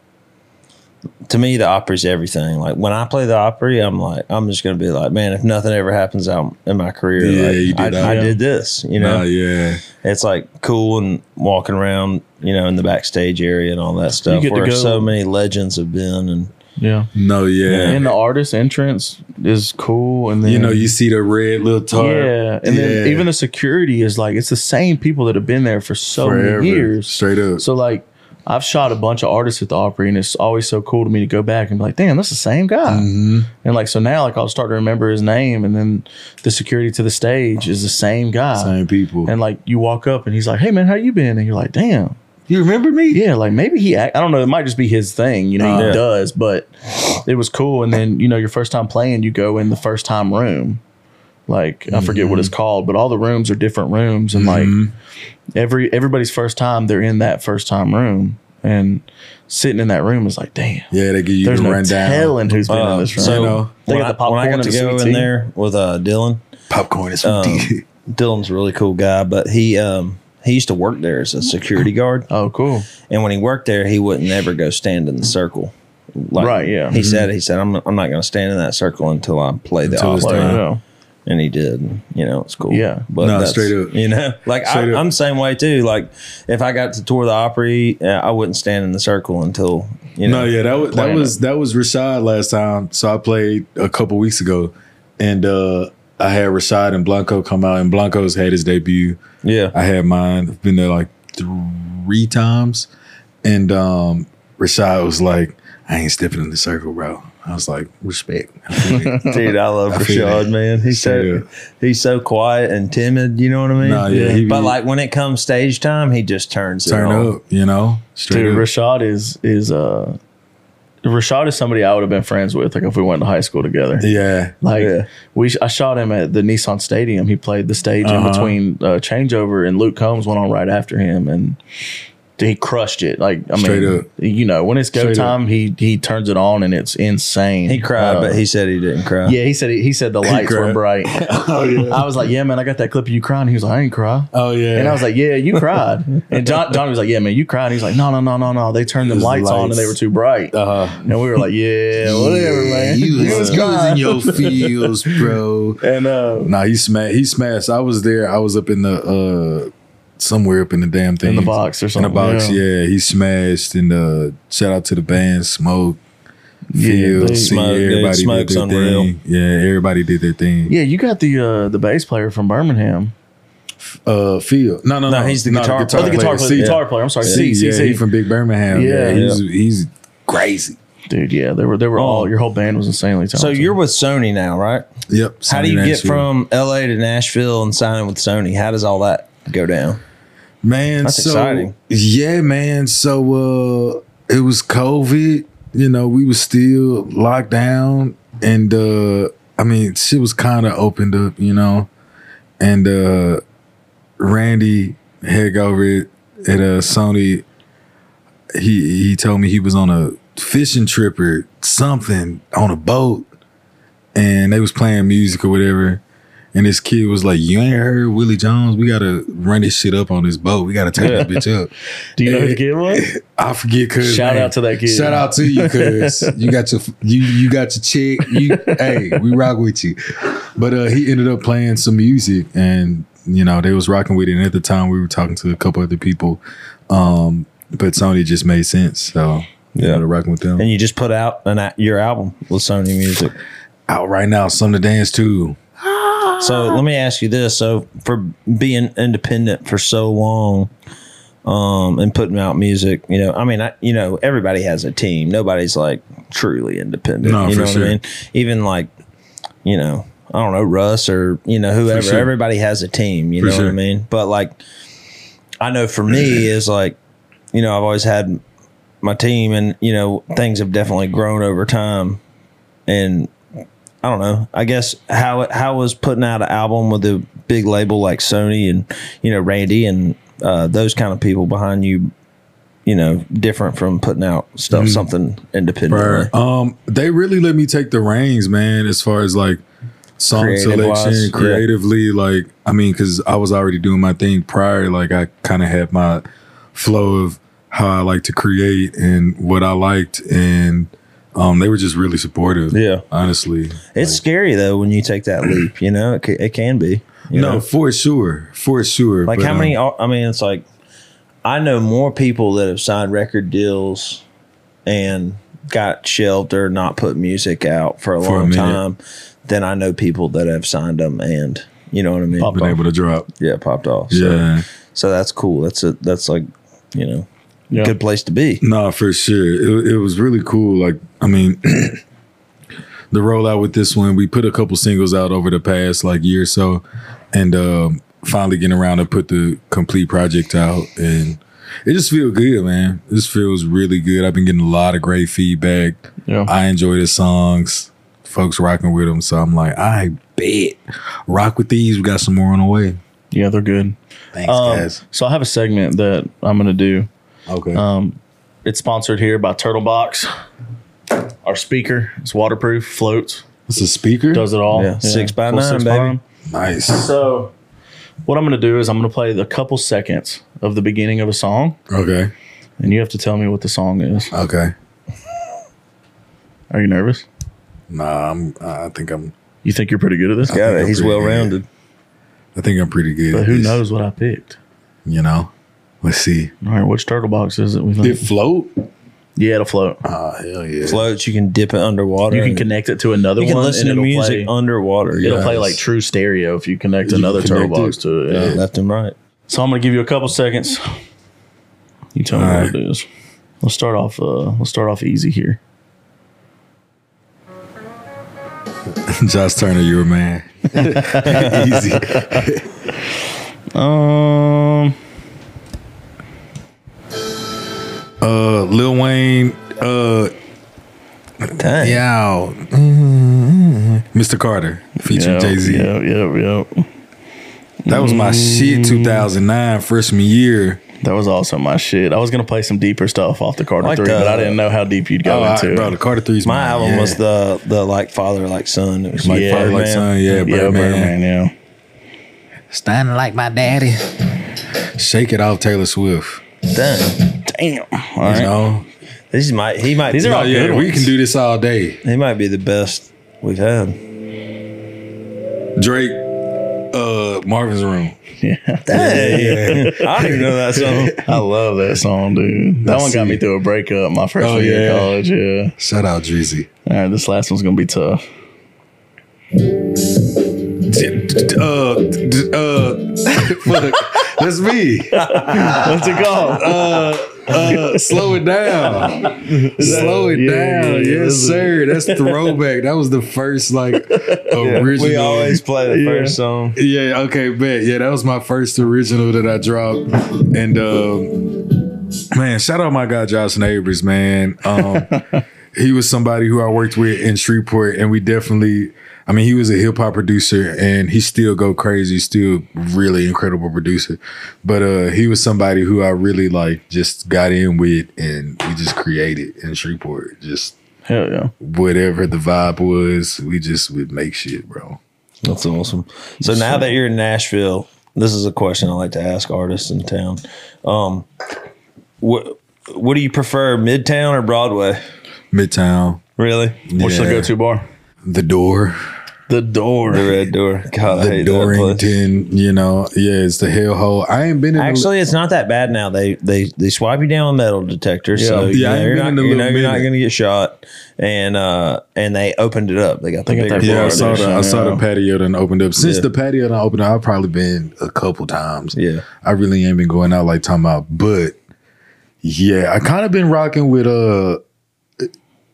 Speaker 3: to me the opera's everything. Like when I play the opera, I'm like, I'm just gonna be like, man, if nothing ever happens out in my career,
Speaker 2: Yeah,
Speaker 3: like,
Speaker 2: you did
Speaker 3: I,
Speaker 2: that.
Speaker 3: I did this. You know,
Speaker 2: Nah, yeah.
Speaker 3: it's like cool and walking around, you know, in the backstage area and all that stuff
Speaker 1: get to
Speaker 3: where
Speaker 1: go-
Speaker 3: so many legends have been and
Speaker 1: yeah.
Speaker 2: No, yeah.
Speaker 1: and the artist entrance is cool, and then
Speaker 2: you know, you see the red little tarp.
Speaker 1: yeah, and then
Speaker 2: Yeah.
Speaker 1: even the security is like it's the same people that have been there for so
Speaker 2: Forever.
Speaker 1: many years.
Speaker 2: Straight up.
Speaker 1: So like I've shot a bunch of artists at the Opry and it's always so cool to me to go back and be like, damn, that's the same guy.
Speaker 2: Mm-hmm.
Speaker 1: And like so now like I'll start to remember his name and then the security to the stage is the same guy.
Speaker 2: Same people.
Speaker 1: And like you walk up and he's like, Hey man, how you been? And you're like, damn.
Speaker 2: you remember me?
Speaker 1: Yeah, like maybe he act, I don't know, it might just be his thing, you know, he
Speaker 3: Yeah.
Speaker 1: does, but it was cool. And then, you know, your first time playing, you go in the first time room. Like I forget
Speaker 3: Mm-hmm.
Speaker 1: what it's called, but all the rooms are different rooms and like
Speaker 3: Mm-hmm.
Speaker 1: every everybody's first time they're in that first time room and sitting in that room is like damn
Speaker 2: Yeah, they give you
Speaker 1: there's
Speaker 2: the
Speaker 1: no
Speaker 2: rundown.
Speaker 1: telling who's been in
Speaker 3: Uh,
Speaker 1: this room
Speaker 3: so
Speaker 2: You know,
Speaker 1: They
Speaker 3: when,
Speaker 1: got the
Speaker 3: I, when I
Speaker 1: popcorn
Speaker 3: got to
Speaker 1: and the
Speaker 3: go
Speaker 1: sweet
Speaker 3: in
Speaker 1: tea.
Speaker 3: there with uh, Dylan, um,
Speaker 2: Popcorn is
Speaker 1: Um,
Speaker 2: from D.
Speaker 3: Dylan's a really cool guy, but he um he used to work there as a security guard.
Speaker 1: oh cool
Speaker 3: And when he worked there, he wouldn't ever go stand in the circle. Like,
Speaker 1: Right, yeah.
Speaker 3: He said, he said, I'm, I'm not going to stand in that circle Mm-hmm. until I play the
Speaker 2: Until it's
Speaker 3: off.
Speaker 1: Like,
Speaker 2: done.
Speaker 1: yeah.
Speaker 3: And he did. and, You know, it's cool.
Speaker 1: Yeah.
Speaker 3: But
Speaker 2: No,
Speaker 3: that's-
Speaker 2: straight up.
Speaker 3: You know, like I,
Speaker 2: Straight up.
Speaker 3: I'm same way too. Like if I got to tour the Opry, uh, I wouldn't stand in the circle until, you know.
Speaker 2: No, yeah, that was that
Speaker 3: playing
Speaker 2: was that was Rashad last time. So I played a couple weeks ago, and uh I had Rashad and Blanco come out, and Blanco's had his debut.
Speaker 3: Yeah.
Speaker 2: I had mine. I've been there like three times, and um Rashad was like, "I ain't stepping in the circle, bro." I was like, "Respect." I feel it.
Speaker 3: Dude, I love
Speaker 2: feel
Speaker 3: Rashad,
Speaker 2: that.
Speaker 3: man. He's
Speaker 2: Straight
Speaker 3: so
Speaker 2: up.
Speaker 3: he's so quiet and timid. You know what I mean?
Speaker 2: Nah, yeah, he
Speaker 3: but
Speaker 2: be-
Speaker 3: like when it comes stage time, he just turns
Speaker 2: Turn
Speaker 3: it on.
Speaker 2: up, you know, straight
Speaker 1: dude
Speaker 2: up.
Speaker 1: rashad is is uh rashad is somebody i would have been friends with like if we went to high school together
Speaker 2: yeah,
Speaker 1: like
Speaker 3: Yeah.
Speaker 1: we i shot him at the nissan stadium he played the stage
Speaker 2: Uh-huh.
Speaker 1: in between uh, changeover and luke combs went on right after him and he crushed it like i
Speaker 2: Straight
Speaker 1: mean
Speaker 2: up.
Speaker 1: you know when it's go
Speaker 2: Straight up.
Speaker 1: time he he turns it on and it's insane
Speaker 3: He cried,
Speaker 1: Uh,
Speaker 3: but he said he didn't cry.
Speaker 1: Yeah, he said he, he said the lights were
Speaker 2: cried.
Speaker 1: bright. I was like, Oh, yeah, man, I got that clip of you crying. He was like, I ain't cry.
Speaker 2: oh yeah.
Speaker 1: And I was like, yeah, you cried. And John, Johnny was like, yeah, man, you cried. He's like, no, no, no, no, no. They turned the
Speaker 2: Those
Speaker 1: lights, on and
Speaker 2: lights.
Speaker 1: they were too bright.
Speaker 2: uh,
Speaker 1: And we were like, yeah, whatever, man.
Speaker 2: You was, you was in
Speaker 1: crying.
Speaker 2: your fields, bro.
Speaker 1: and uh,
Speaker 2: Nah, he smashed. He smashed. I was there. I was up in the uh somewhere up in the damn thing
Speaker 1: in the box or
Speaker 2: In the
Speaker 1: something.
Speaker 2: box, yeah. He smashed. And uh, shout out to the band, Smoke, field,
Speaker 1: they-
Speaker 2: see
Speaker 3: Smoke, dude.
Speaker 2: everybody did
Speaker 3: Smoke's
Speaker 2: their
Speaker 3: unreal.
Speaker 2: thing. Yeah, everybody did their thing.
Speaker 1: Yeah, you got the uh, the bass player from Birmingham.
Speaker 2: Uh, field. No, no, no.
Speaker 3: No, he's the
Speaker 2: not
Speaker 3: guitar
Speaker 1: Oh,
Speaker 3: player.
Speaker 1: the guitar player.
Speaker 2: See,
Speaker 1: Guitar player. I'm sorry.
Speaker 2: see,
Speaker 1: C C
Speaker 2: yeah,
Speaker 1: C.
Speaker 2: he from Big Birmingham. Yeah,
Speaker 1: Yeah.
Speaker 2: he's he's crazy.
Speaker 1: Dude, yeah, they were they were all
Speaker 3: Oh.
Speaker 1: your whole band was insanely talented.
Speaker 3: So you're with Sony now, right?
Speaker 2: Yep.
Speaker 3: How do
Speaker 2: Sonny
Speaker 3: you get
Speaker 2: Nashville.
Speaker 3: from LA to Nashville and signing with Sony? How does all that go down?
Speaker 2: Man,
Speaker 3: That's
Speaker 2: so
Speaker 3: exciting.
Speaker 2: yeah, man. So uh it was COVID. You know, we was still locked down, and uh I mean, shit was kind of opened up. You know, and uh Randy Heck over at, at uh, Sony, he he told me he was on a fishing trip or something on a boat, and they was playing music or whatever. And this kid was like, "You ain't heard Willie Jones? We gotta run this shit up on this boat. We gotta take this bitch up."
Speaker 1: Do you know who the kid was?
Speaker 2: I forget, cuz.
Speaker 1: Shout
Speaker 2: man.
Speaker 1: out to that kid.
Speaker 2: Shout out to you, cuz. you got your you you got your chick. You hey, we rock with you. But uh he ended up playing some music and you know, they was rocking with it. And at the time we were talking to a couple other people. Um, but Sony just made sense. So yeah,
Speaker 3: Yeah.
Speaker 2: you know, rocking with them.
Speaker 3: And you just put out an a- your album with Sony Music.
Speaker 2: out right now, something to dance to.
Speaker 3: So let me ask you this: So for being independent for so long, um, and putting out music, you know, I mean, I, you know, everybody has a team. Nobody's like truly independent.
Speaker 2: No,
Speaker 3: you
Speaker 2: for
Speaker 3: know
Speaker 2: sure.
Speaker 3: what I mean? Even like, you know, I don't know Russ or you know whoever.
Speaker 2: sure.
Speaker 3: Everybody has a team. You
Speaker 2: For
Speaker 3: know what
Speaker 2: sure.
Speaker 3: I mean? But like, I know for me is like, you know, I've always had my team, and you know, things have definitely grown over time, and I don't know. I guess how it how was putting out an album with a big label like Sony and you know Randy and uh, those kind of people behind you, you know, different from putting out stuff something independently.
Speaker 2: Um, they really let me take the reins, man, as far as like song
Speaker 3: Creative
Speaker 2: selection,
Speaker 3: wise, yeah.
Speaker 2: creatively. Like, I mean, because I was already doing my thing prior. Like, I kind of had my flow of how I like to create and what I liked, and um, they were just really supportive.
Speaker 3: Yeah.
Speaker 2: honestly,
Speaker 3: It's scary though when you take that leap. You know, it, ca- it can be. you
Speaker 2: no,
Speaker 3: know?
Speaker 2: for sure, for sure.
Speaker 3: Like
Speaker 2: But,
Speaker 3: how
Speaker 2: um,
Speaker 3: many? I mean, it's like I know more people that have signed record deals and got shelved or not put music out for a
Speaker 2: For a
Speaker 3: long
Speaker 2: minute.
Speaker 3: time than I know people that have signed them and you know what I mean.
Speaker 1: Popped
Speaker 2: been able to drop?
Speaker 3: Yeah, popped off. So,
Speaker 2: Yeah.
Speaker 3: so that's cool. That's a that's like you know
Speaker 1: Yeah.
Speaker 3: good place to be.
Speaker 2: No, for sure. It, it was really cool. Like, I mean, the rollout with this one, we put a couple singles out over the past like year or so, and um, finally getting around to put the complete project out, and it just feels good, man. This feels really good. I've been getting a lot of great feedback.
Speaker 1: Yeah.
Speaker 2: I enjoy the songs. Folks rocking with them, so I'm like, I bet rock with these. We got some more on the way.
Speaker 1: Yeah, they're good.
Speaker 2: Thanks,
Speaker 1: Um,
Speaker 2: guys.
Speaker 1: so I have a segment that I'm gonna do.
Speaker 2: Okay.
Speaker 1: um, It's sponsored here by Turtle Box. Our speaker is waterproof, floats,
Speaker 2: it's a speaker.
Speaker 1: does it all.
Speaker 3: Yeah, six by
Speaker 1: Full
Speaker 3: nine, baby.
Speaker 2: nice.
Speaker 1: So what I'm gonna do is I'm gonna play the couple seconds of the beginning of a song,
Speaker 2: Okay.
Speaker 1: and you have to tell me what the song is.
Speaker 2: Okay.
Speaker 1: Are you nervous?
Speaker 2: Nah, I'm. I think I'm.
Speaker 1: You think you're pretty good at this?
Speaker 2: Yeah.
Speaker 3: Got it. He's
Speaker 2: I think I
Speaker 3: well rounded.
Speaker 2: I think I'm pretty good.
Speaker 1: But
Speaker 2: at
Speaker 1: who
Speaker 2: this,
Speaker 1: knows what I picked?
Speaker 2: You know. Let's see.
Speaker 1: All right, which turtle box is it? We think?
Speaker 2: Did float?
Speaker 1: yeah, it'll float.
Speaker 2: Oh hell yeah!
Speaker 3: Floats. You can dip it underwater.
Speaker 1: You can
Speaker 3: and-
Speaker 1: connect it to another
Speaker 3: You can
Speaker 1: one.
Speaker 3: listen to
Speaker 1: and it'll
Speaker 3: music
Speaker 1: play-
Speaker 3: underwater.
Speaker 1: It'll play
Speaker 2: Yes.
Speaker 1: like true stereo if you connect
Speaker 2: You
Speaker 1: another
Speaker 2: can
Speaker 1: turtle
Speaker 2: connect
Speaker 1: box
Speaker 2: it.
Speaker 1: to it. Yeah.
Speaker 2: Yeah.
Speaker 3: left and right.
Speaker 1: So I'm gonna give you a couple seconds. You tell me
Speaker 2: All
Speaker 1: what it is. Let's start off. Uh, let's start off easy here.
Speaker 2: Josh Turner, you're a man. Easy.
Speaker 1: Um,
Speaker 2: Uh, Lil Wayne. Uh,
Speaker 3: Dang.
Speaker 2: yow. Mr. Mm-hmm. Carter featuring
Speaker 1: yeah,
Speaker 2: Jay Z.
Speaker 1: Yeah, Mm-hmm. yeah, yeah.
Speaker 2: That was my shit. 2009 freshman year.
Speaker 1: That was also my shit. I was gonna play some deeper stuff off the Carter
Speaker 3: Like
Speaker 1: Three,
Speaker 3: the-
Speaker 1: but I didn't know how deep you'd go
Speaker 2: Oh, I,
Speaker 1: into
Speaker 2: bro,
Speaker 1: it.
Speaker 2: the Carter Three's
Speaker 3: My album
Speaker 2: yeah.
Speaker 3: was the the like father like son. It was
Speaker 2: like
Speaker 3: like
Speaker 1: Yeah,
Speaker 2: Father, like
Speaker 3: Birdman.
Speaker 2: Son. Yeah,
Speaker 1: yeah,
Speaker 2: Birdman.
Speaker 1: Birdman. Yeah.
Speaker 2: Standing like my daddy. Shake it off, Taylor Swift.
Speaker 3: Dang.
Speaker 1: Damn. All
Speaker 2: You
Speaker 1: right.
Speaker 2: know, Oh,
Speaker 3: These might he might
Speaker 1: These
Speaker 3: be,
Speaker 1: are all
Speaker 2: yeah,
Speaker 1: good
Speaker 2: we
Speaker 1: ones.
Speaker 2: can do this all day.
Speaker 3: he might be the best we've had.
Speaker 2: Drake, uh, Marvin's room.
Speaker 3: Hey, I don't even know that song.
Speaker 1: I love that song, dude. That
Speaker 2: I
Speaker 1: one got
Speaker 2: see.
Speaker 1: me through a breakup my first
Speaker 2: Oh,
Speaker 1: year
Speaker 2: yeah.
Speaker 1: of college. Yeah.
Speaker 2: Shout out Drizzy.
Speaker 1: All right, this last one's gonna be tough.
Speaker 2: D- d- Uh, d- uh, fuck, that's me.
Speaker 1: What's it called?
Speaker 2: Uh, slow it down. Slow it
Speaker 1: Yeah, yeah,
Speaker 2: down.
Speaker 1: yeah,
Speaker 2: yes,
Speaker 1: that's it.
Speaker 2: sir. That's throwback. That was the first like original.
Speaker 3: We always play the first song.
Speaker 2: Yeah, okay, bet. Yeah, that was my first original that I dropped. And um man, shout out my guy Josh Neighbors, man. Um he was somebody who I worked with in Shreveport and we definitely I mean, he was a hip hop producer and he still go crazy, still really incredible producer. But uh he was somebody who I really like just got in with and we just created in Shreveport. Just
Speaker 1: Hell yeah.
Speaker 2: whatever the vibe was, we just would make shit, bro.
Speaker 3: That's awesome. So now that you're in Nashville, this is a question I like to ask artists in town. Um, what what do you prefer, Midtown or Broadway?
Speaker 2: Midtown,
Speaker 3: Really,
Speaker 1: What's your
Speaker 2: Yeah.
Speaker 1: go-to bar?
Speaker 2: the door.
Speaker 1: The door.
Speaker 3: the Red Door. God, I
Speaker 2: the
Speaker 3: hate that place.
Speaker 2: Dorrington, you know, yeah, it's the hellhole. I ain't been in
Speaker 3: Actually, it's not that bad now. They they they swipe you down with metal detector,
Speaker 1: Yeah,
Speaker 3: so you know,
Speaker 2: I ain't
Speaker 3: you're
Speaker 2: been
Speaker 3: not
Speaker 2: in a
Speaker 3: you know,
Speaker 2: little
Speaker 3: you're not
Speaker 2: minute.
Speaker 3: gonna get shot. And uh and they opened it up. They got the
Speaker 1: They got that
Speaker 3: bigger
Speaker 2: the,
Speaker 1: bar
Speaker 2: yeah, I
Speaker 3: bar.
Speaker 2: saw the I saw the
Speaker 1: Yeah.
Speaker 2: patio done opened up. Since
Speaker 3: Yeah.
Speaker 2: the patio done opened up, I've probably been a couple times.
Speaker 3: Yeah.
Speaker 2: I really ain't been going out like talking about, but yeah, I kind of been rocking with uh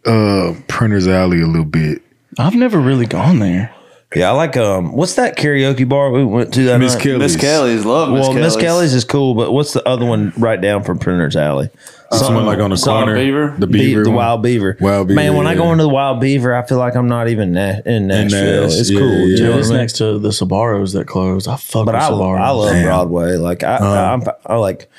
Speaker 2: uh Printer's Alley a little bit.
Speaker 1: I've never really gone there.
Speaker 3: Yeah, I like um what's that karaoke bar we went to that
Speaker 2: Miss
Speaker 3: night?
Speaker 2: Kelly's.
Speaker 9: Miss Kelly's love. Miss
Speaker 3: Well, Miss
Speaker 9: Kelly's.
Speaker 3: Kelly's is cool, but what's the other one right down from Printer's Alley?
Speaker 2: Someone like on the
Speaker 3: Sodom
Speaker 2: corner.
Speaker 9: Beaver?
Speaker 2: The
Speaker 3: Be-
Speaker 2: Beaver.
Speaker 3: the
Speaker 2: one.
Speaker 3: Wild Beaver.
Speaker 2: Wild
Speaker 3: Man,
Speaker 2: Beaver,
Speaker 3: when I go
Speaker 2: yeah.
Speaker 3: into the Wild Beaver, I feel like I'm not even na- in Nashville.
Speaker 2: Nash,
Speaker 3: it's
Speaker 2: yeah,
Speaker 3: cool.
Speaker 2: yeah.
Speaker 3: Do you
Speaker 1: It
Speaker 3: know what I
Speaker 1: is
Speaker 3: mean?
Speaker 1: next to the Sabaros that closed. I fuck
Speaker 3: but
Speaker 1: with
Speaker 3: I,
Speaker 1: Sabaros.
Speaker 3: I love
Speaker 2: Damn. Uh.
Speaker 3: Broadway. Like I, I'm, I like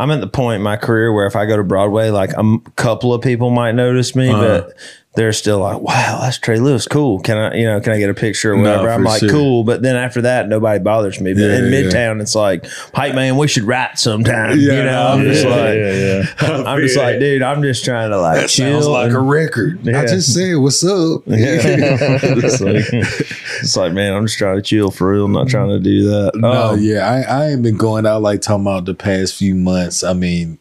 Speaker 3: I'm at the point in my career where if I go to Broadway, like a couple of people might notice me,
Speaker 2: Uh-huh.
Speaker 3: but they're still like, "Wow, that's Trey Lewis. Cool. Can I, you know, can I get a picture or
Speaker 2: Nah,
Speaker 3: whatever?"
Speaker 2: for
Speaker 3: I'm like,
Speaker 2: sure.
Speaker 3: "Cool," but then after that, nobody bothers me. But
Speaker 2: Yeah,
Speaker 3: in
Speaker 2: yeah.
Speaker 3: Midtown, it's like, "Hype man, we should rap sometime."
Speaker 2: Yeah,
Speaker 3: you know, I'm
Speaker 2: yeah,
Speaker 3: just
Speaker 1: yeah,
Speaker 3: like,
Speaker 1: yeah, yeah.
Speaker 3: I'm just like, dude, I'm just trying to like
Speaker 2: That sounds
Speaker 3: chill.
Speaker 2: like
Speaker 3: and-
Speaker 2: a record.
Speaker 3: Yeah.
Speaker 2: I just said, "What's up?"
Speaker 3: it's, like, it's like, man, I'm just trying to chill for real. I'm not trying to do that.
Speaker 2: No,
Speaker 3: Um,
Speaker 2: yeah, I, I ain't been going out like talking about the past few months. I mean,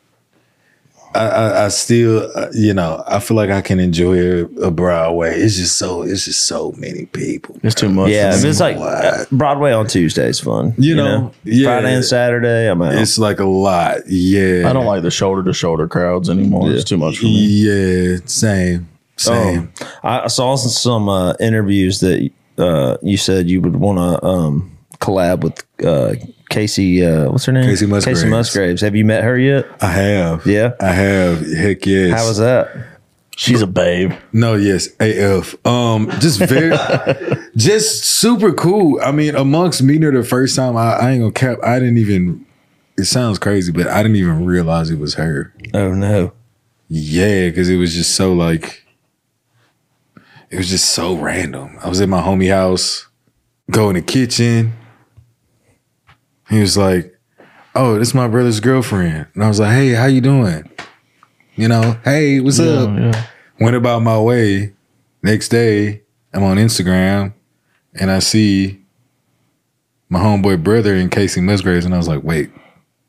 Speaker 2: I, I, I still, uh, you know, I feel like I can enjoy a, a Broadway. It's just so, it's just so many people.
Speaker 1: It's too much.
Speaker 3: Yeah,
Speaker 1: for
Speaker 3: if
Speaker 1: me.
Speaker 3: it's like
Speaker 2: What?
Speaker 3: uh, Broadway on Tuesday is fun.
Speaker 2: You know, yeah.
Speaker 3: Friday and Saturday, I'm out.
Speaker 2: It's like a lot. Yeah,
Speaker 1: I don't like the shoulder to shoulder crowds anymore. It's too much for me. Oh.
Speaker 2: Yeah, same, same.
Speaker 3: Um, I I saw some, some uh, interviews that uh, you said you would want to um, collab with uh, Casey. Uh, what's her name?
Speaker 2: Casey Musgraves.
Speaker 3: Casey Musgraves. Have you met her yet?
Speaker 2: I have.
Speaker 3: Yeah?
Speaker 2: I have. Heck yes.
Speaker 3: How was that?
Speaker 1: She's a babe.
Speaker 2: No, yes, AF. Um, just very, just super cool. I mean, amongst meeting her the first time, I, I ain't gonna cap. I didn't even. It sounds crazy, but I didn't even realize it was her.
Speaker 3: Oh no.
Speaker 2: Yeah, because it was just so like, it was just so random. I was at my homie house, go in the kitchen. He was like, "Oh, this is my brother's girlfriend," and I was like, "Hey, how you doing?" You know, "Hey, what's up?"
Speaker 1: yeah.
Speaker 2: went about my way. Next day, I'm on Instagram and I see my homeboy brother and Casey Musgraves, and I was like, wait,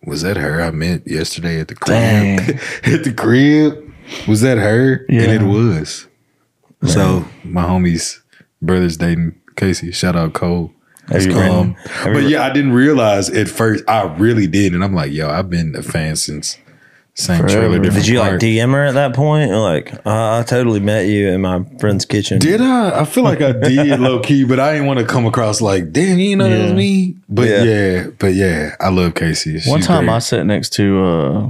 Speaker 2: was that her I met yesterday at the
Speaker 1: Dang.
Speaker 2: crib? at the crib? Was that her? And it
Speaker 1: Yeah.
Speaker 2: was. So my homie's brother's dating Casey. Shout out Cole.
Speaker 1: Have you
Speaker 2: Um,
Speaker 1: been-
Speaker 2: but yeah, I didn't realize at first. I really did, and I'm like, yo, I've been a fan since same trailer.
Speaker 1: Forever.
Speaker 2: Different
Speaker 3: Did you like
Speaker 2: Park.
Speaker 3: DM her at that point? Or, like, uh, I totally met you in my friend's kitchen.
Speaker 2: Did I? I feel like I did low key, but I didn't want to come across like, damn, you know that was
Speaker 1: Yeah.
Speaker 2: me. But
Speaker 3: Yeah.
Speaker 2: yeah. but yeah, I love Casey.
Speaker 1: One
Speaker 2: She's
Speaker 1: time
Speaker 2: great.
Speaker 1: I sat next to uh,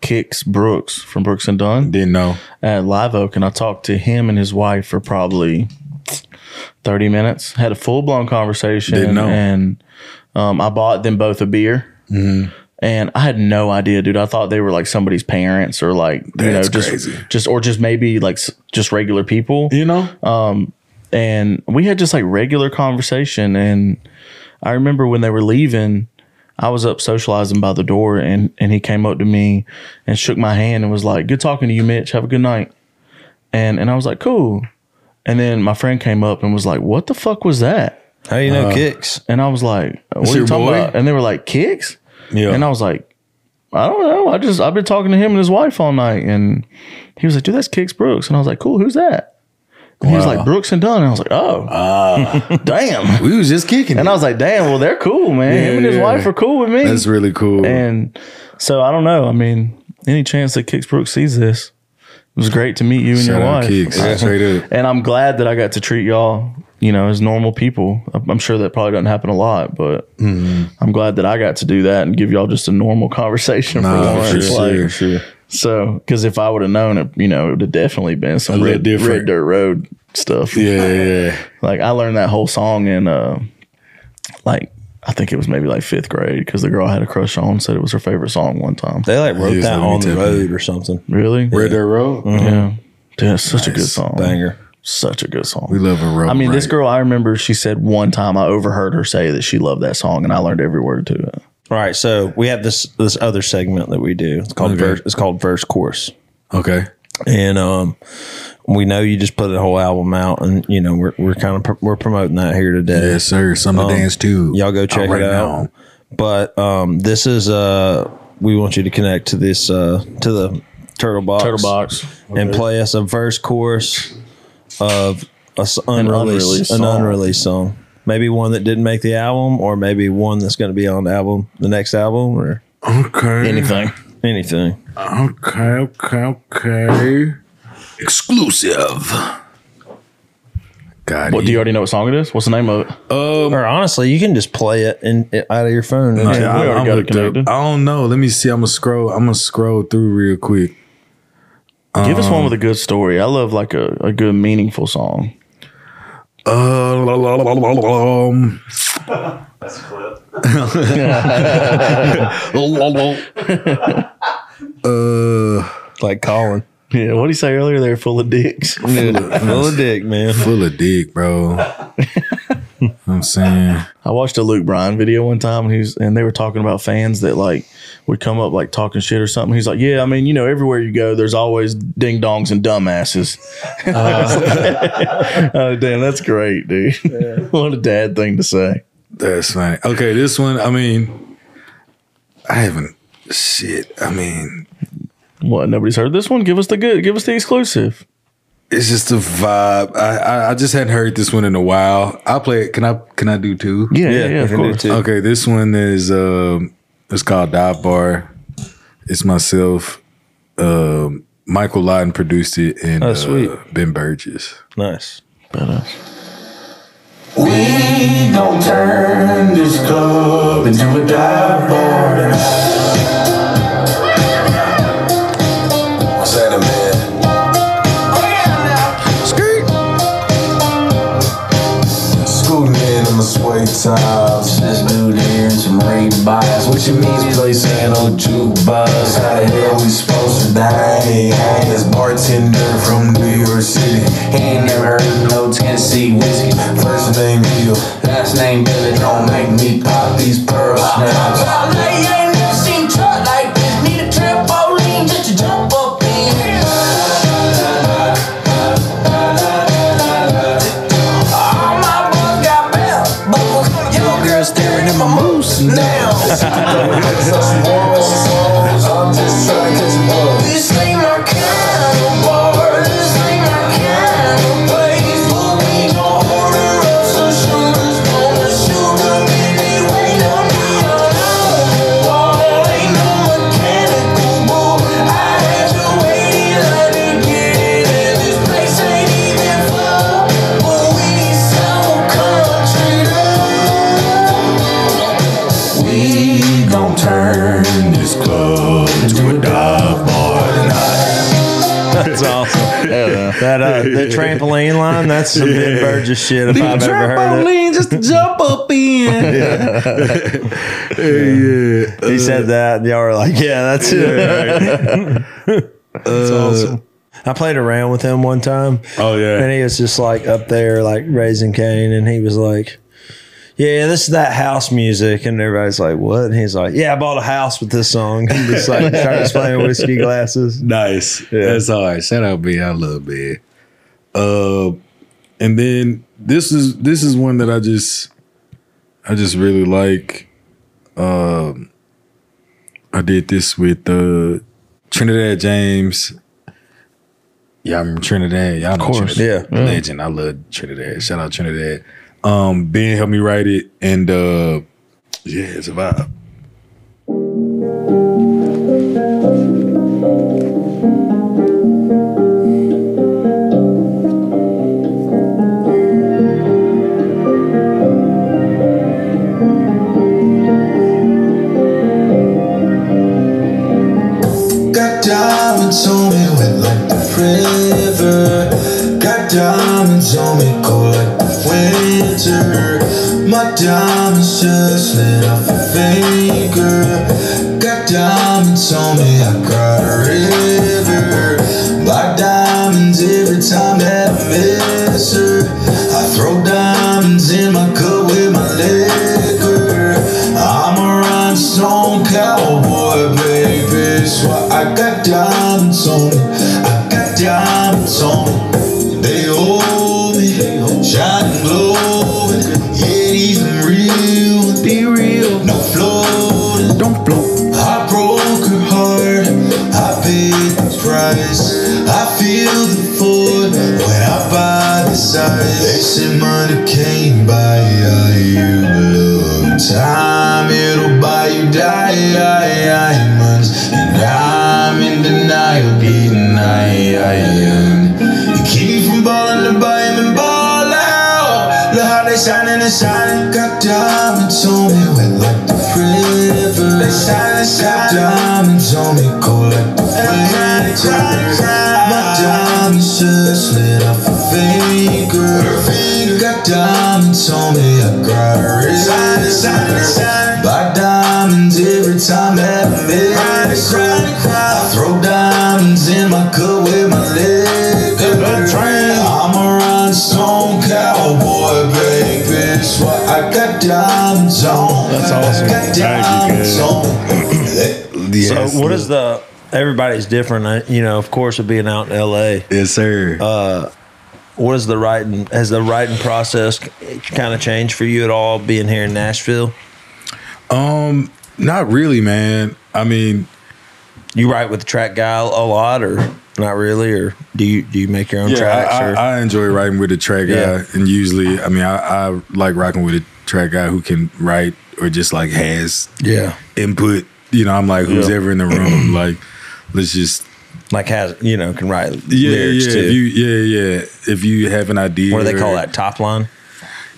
Speaker 1: Kix Brooks from Brooks and Dunn
Speaker 2: didn't know.
Speaker 1: at Live Oak, and I talked to him and his wife for probably 30 minutes. Had a full blown conversation.
Speaker 2: Didn't know.
Speaker 1: And um, I bought them both a beer.
Speaker 2: Mm-hmm.
Speaker 1: And I had no idea, dude. I thought they were like somebody's parents or like, you
Speaker 2: That's
Speaker 1: know, just,
Speaker 2: crazy.
Speaker 1: just, or just maybe like s- just regular people.
Speaker 2: You know?
Speaker 1: Uh, and we had just like regular conversation and i remember when they were leaving i was up socializing by the door and and he came up to me and shook my hand and was like good talking to you mitch have a good night and and i was like cool and then my friend came up and was like what the fuck was that
Speaker 3: How do you
Speaker 2: Uh,
Speaker 3: know kicks?
Speaker 1: And I was like, what
Speaker 2: It's
Speaker 1: are
Speaker 2: your
Speaker 1: you talking
Speaker 2: boy?
Speaker 1: about? And they were like, kicks?
Speaker 2: Yeah.
Speaker 1: And I was like, I don't know. I just, I've been talking to him and his wife all night. And he was like, dude, that's Kicks Brooks. And I was like, cool, who's that? And He was
Speaker 2: Wow.
Speaker 1: like, Brooks and Dunn. And I was like, oh, damn.
Speaker 2: we was just kicking.
Speaker 1: And I was like, damn, well, they're cool, man.
Speaker 2: Yeah,
Speaker 1: him and his
Speaker 2: yeah.
Speaker 1: wife are cool with me.
Speaker 2: that's really cool.
Speaker 1: and so I don't know. I mean, any chance that Kicks Brooks sees this, it was great to meet you and
Speaker 2: Shout
Speaker 1: your
Speaker 2: out
Speaker 1: wife.
Speaker 2: Kicks. Straight up.
Speaker 1: And I'm glad that I got to treat y'all, you know, as normal people. I'm- I'm sure that probably doesn't happen a lot, but
Speaker 2: Mm-hmm.
Speaker 1: I'm glad that I got to do that and give y'all just a normal conversation
Speaker 2: Nah,
Speaker 1: for once.
Speaker 2: for
Speaker 1: Like,
Speaker 2: sure, sure.
Speaker 1: So, because if I would have known it, you know, it would have definitely been some
Speaker 2: little
Speaker 1: red,
Speaker 2: different.
Speaker 1: red dirt road stuff.
Speaker 2: Yeah, yeah, yeah.
Speaker 1: Like I learned that whole song in, uh, like I think it was maybe like fifth grade because the girl I had a crush on said it was her favorite song one time.
Speaker 3: They like wrote
Speaker 2: Yes,
Speaker 3: that
Speaker 2: let me
Speaker 3: on the
Speaker 2: tell you.
Speaker 3: road or something.
Speaker 1: Really?
Speaker 2: Red Dirt Road.
Speaker 1: Yeah. Yeah, it's such a good
Speaker 2: Nice.
Speaker 1: song.
Speaker 3: Banger.
Speaker 1: Such a good song.
Speaker 2: We love a road.
Speaker 1: I mean, this
Speaker 2: right?
Speaker 1: girl, I remember she said one time I overheard her say that she loved that song and I learned every word to it.
Speaker 3: All right, so we have this this other segment that we do. It's called
Speaker 2: Okay.
Speaker 3: verse, it's called verse course,
Speaker 2: Okay.
Speaker 3: and um, we know you just put the whole album out, and you know we're we're kind of pr- we're promoting that here today.
Speaker 2: Yes, sir. Some
Speaker 1: Um,
Speaker 2: to dance too.
Speaker 3: Y'all go check
Speaker 2: right
Speaker 3: it out.
Speaker 2: now.
Speaker 3: But um, this is uh, we want you to connect to this uh to the turtle box,
Speaker 1: box.
Speaker 3: and play us a verse course of a s-
Speaker 1: unreleased
Speaker 3: unreleased an
Speaker 1: song.
Speaker 3: unreleased song. Maybe one that didn't make the album, or maybe one that's going to be on the album, the next album, or
Speaker 2: Okay.
Speaker 1: Anything.
Speaker 3: anything.
Speaker 2: Okay. Okay. Okay. Exclusive. God.
Speaker 1: What do you already know what song it is? What's the name of it?
Speaker 3: Or honestly, you can just play it in, it- out of your phone. and
Speaker 2: Yeah,
Speaker 1: We
Speaker 2: I,
Speaker 1: already
Speaker 2: I'm
Speaker 1: got it
Speaker 2: hooked up.
Speaker 1: connected.
Speaker 2: I don't know. Let me see. I'm gonna scroll. I'm gonna scroll through real quick.
Speaker 1: Give us one with a
Speaker 2: Um,
Speaker 1: good story. I love like a, a good meaningful song.
Speaker 2: Uh, um, uh,
Speaker 3: like Colin,
Speaker 1: Yeah, what did he say earlier? They're full of dicks.
Speaker 3: full of dick, man.
Speaker 2: full of dick, bro. I'm saying.
Speaker 1: I watched a Luke Bryan video one time, and he's and they were talking about fans that like would come up like talking shit or something. He's like, "Yeah, I mean, you know, everywhere you go, there's always ding dongs and dumbasses." oh damn, that's great, dude. what a dad thing to say.
Speaker 2: That's funny. Okay, this one, I mean, I haven't shit. I mean,
Speaker 1: What? Nobody's heard this one. Give us the good. Give us the exclusive.
Speaker 2: it's just a vibe. I, I I just hadn't heard this one in a while. I play it. Can I can I do two?
Speaker 1: Yeah, yeah, yeah of
Speaker 3: you can do
Speaker 1: course.
Speaker 3: too.
Speaker 2: Okay, this one is um it's called Dive Bar. It's myself. Um Michael Lydon produced it and
Speaker 3: Oh, sweet.
Speaker 2: Uh, Ben Burgess.
Speaker 3: Nice.
Speaker 8: We don't turn this club into a dive bar. What's that, man? Scooting in on the sway tops. This dude here and some raid bias. What you mean these place ain't no jukebox? How the hell we supposed to dine in? I ain't this bartender from New York City. He ain't never heard of no Tennessee whiskey. First name Bill, last name Billy. Don't make me pop these pearls now. I'm just trying to catch a buzz. We gon' turn this club into a dive bar tonight.
Speaker 3: That's awesome. That uh, the trampoline line. That's some Ben Burgess shit if I've ever heard it.
Speaker 2: just to jump up in.
Speaker 3: He
Speaker 2: Uh,
Speaker 3: said that, and y'all were like, "Yeah, that's it." that's awesome. uh, I played around with him one time.
Speaker 2: Oh
Speaker 3: And
Speaker 2: yeah.
Speaker 3: he was just like up there, like raising cane, and he was like, "Yeah, this is that house music." And everybody's like, "What?" And he's like, "Yeah, I bought a house with this song." He just like starts playing whiskey glasses.
Speaker 2: Nice. That's all right. Shout out B. I love B. Uh And then this is this is one that I just I just really like. Um I did this with uh Trinidad James. Yeah, I remember Trinidad. Y'all know
Speaker 1: course.
Speaker 2: Trinidad.
Speaker 1: Yeah. Yeah.
Speaker 2: Legend. I love Trinidad. Shout out Trinidad. Um Ben helped me write it and uh yeah, it's a vibe.
Speaker 8: Got diamonds on me, wet like the river. Got diamonds on me, cold like the winter. My diamonds just lit off a finger. Got diamonds on me, I got a river. Black diamonds every time that I miss her. I throw diamonds in my cup with my liquor. I'm a rhinestone cowboy, baby. So I got diamonds on me. I got diamonds on me. They hold me, shine and glowing. Yeah, these are real, be real. No floating, don't float. I broke her heart. I paid the price. I feel the void when I buy this ice. They say money can't buy you love. Time it'll buy you diamonds, and I'm in denial, denying. You keep me from balling to buy him and ball out. Look how they shining and shining. Got diamonds on me, wet like the river. They shining, shining. Diamonds on me, cold like the winter. My diamonds just lit off a finger. Got diamonds on me, I got a river. Buy diamonds every time that I miss. I throw diamonds in my cup with my liquor. I'm a rhinestone cowboy, baby. That's why I got diamonds on. That's awesome. got diamonds on.
Speaker 2: Yes,
Speaker 3: So what is the? Everybody's different. uh, You know, of course, of being out in L.A.
Speaker 2: Yes, sir.
Speaker 3: What is the writing? Has the writing process kind of changed for you at all? Being here in Nashville,
Speaker 2: um, not really, man. I mean,
Speaker 3: you write with the track guy a lot, or not really, or do you do you make your own tracks?
Speaker 2: I,
Speaker 3: or?
Speaker 2: I, I enjoy writing with a track guy,
Speaker 3: Yeah.
Speaker 2: and usually, I mean, I, I like rocking with a track guy who can write or just like has
Speaker 3: yeah,
Speaker 2: input. You know, I'm like, who's ever in the room, like, let's just
Speaker 3: like has you know can write
Speaker 2: yeah,
Speaker 3: lyrics
Speaker 2: yeah,
Speaker 3: too.
Speaker 2: if you, yeah, yeah. If you have an idea,
Speaker 3: what do they call
Speaker 2: or-
Speaker 3: that? Top line.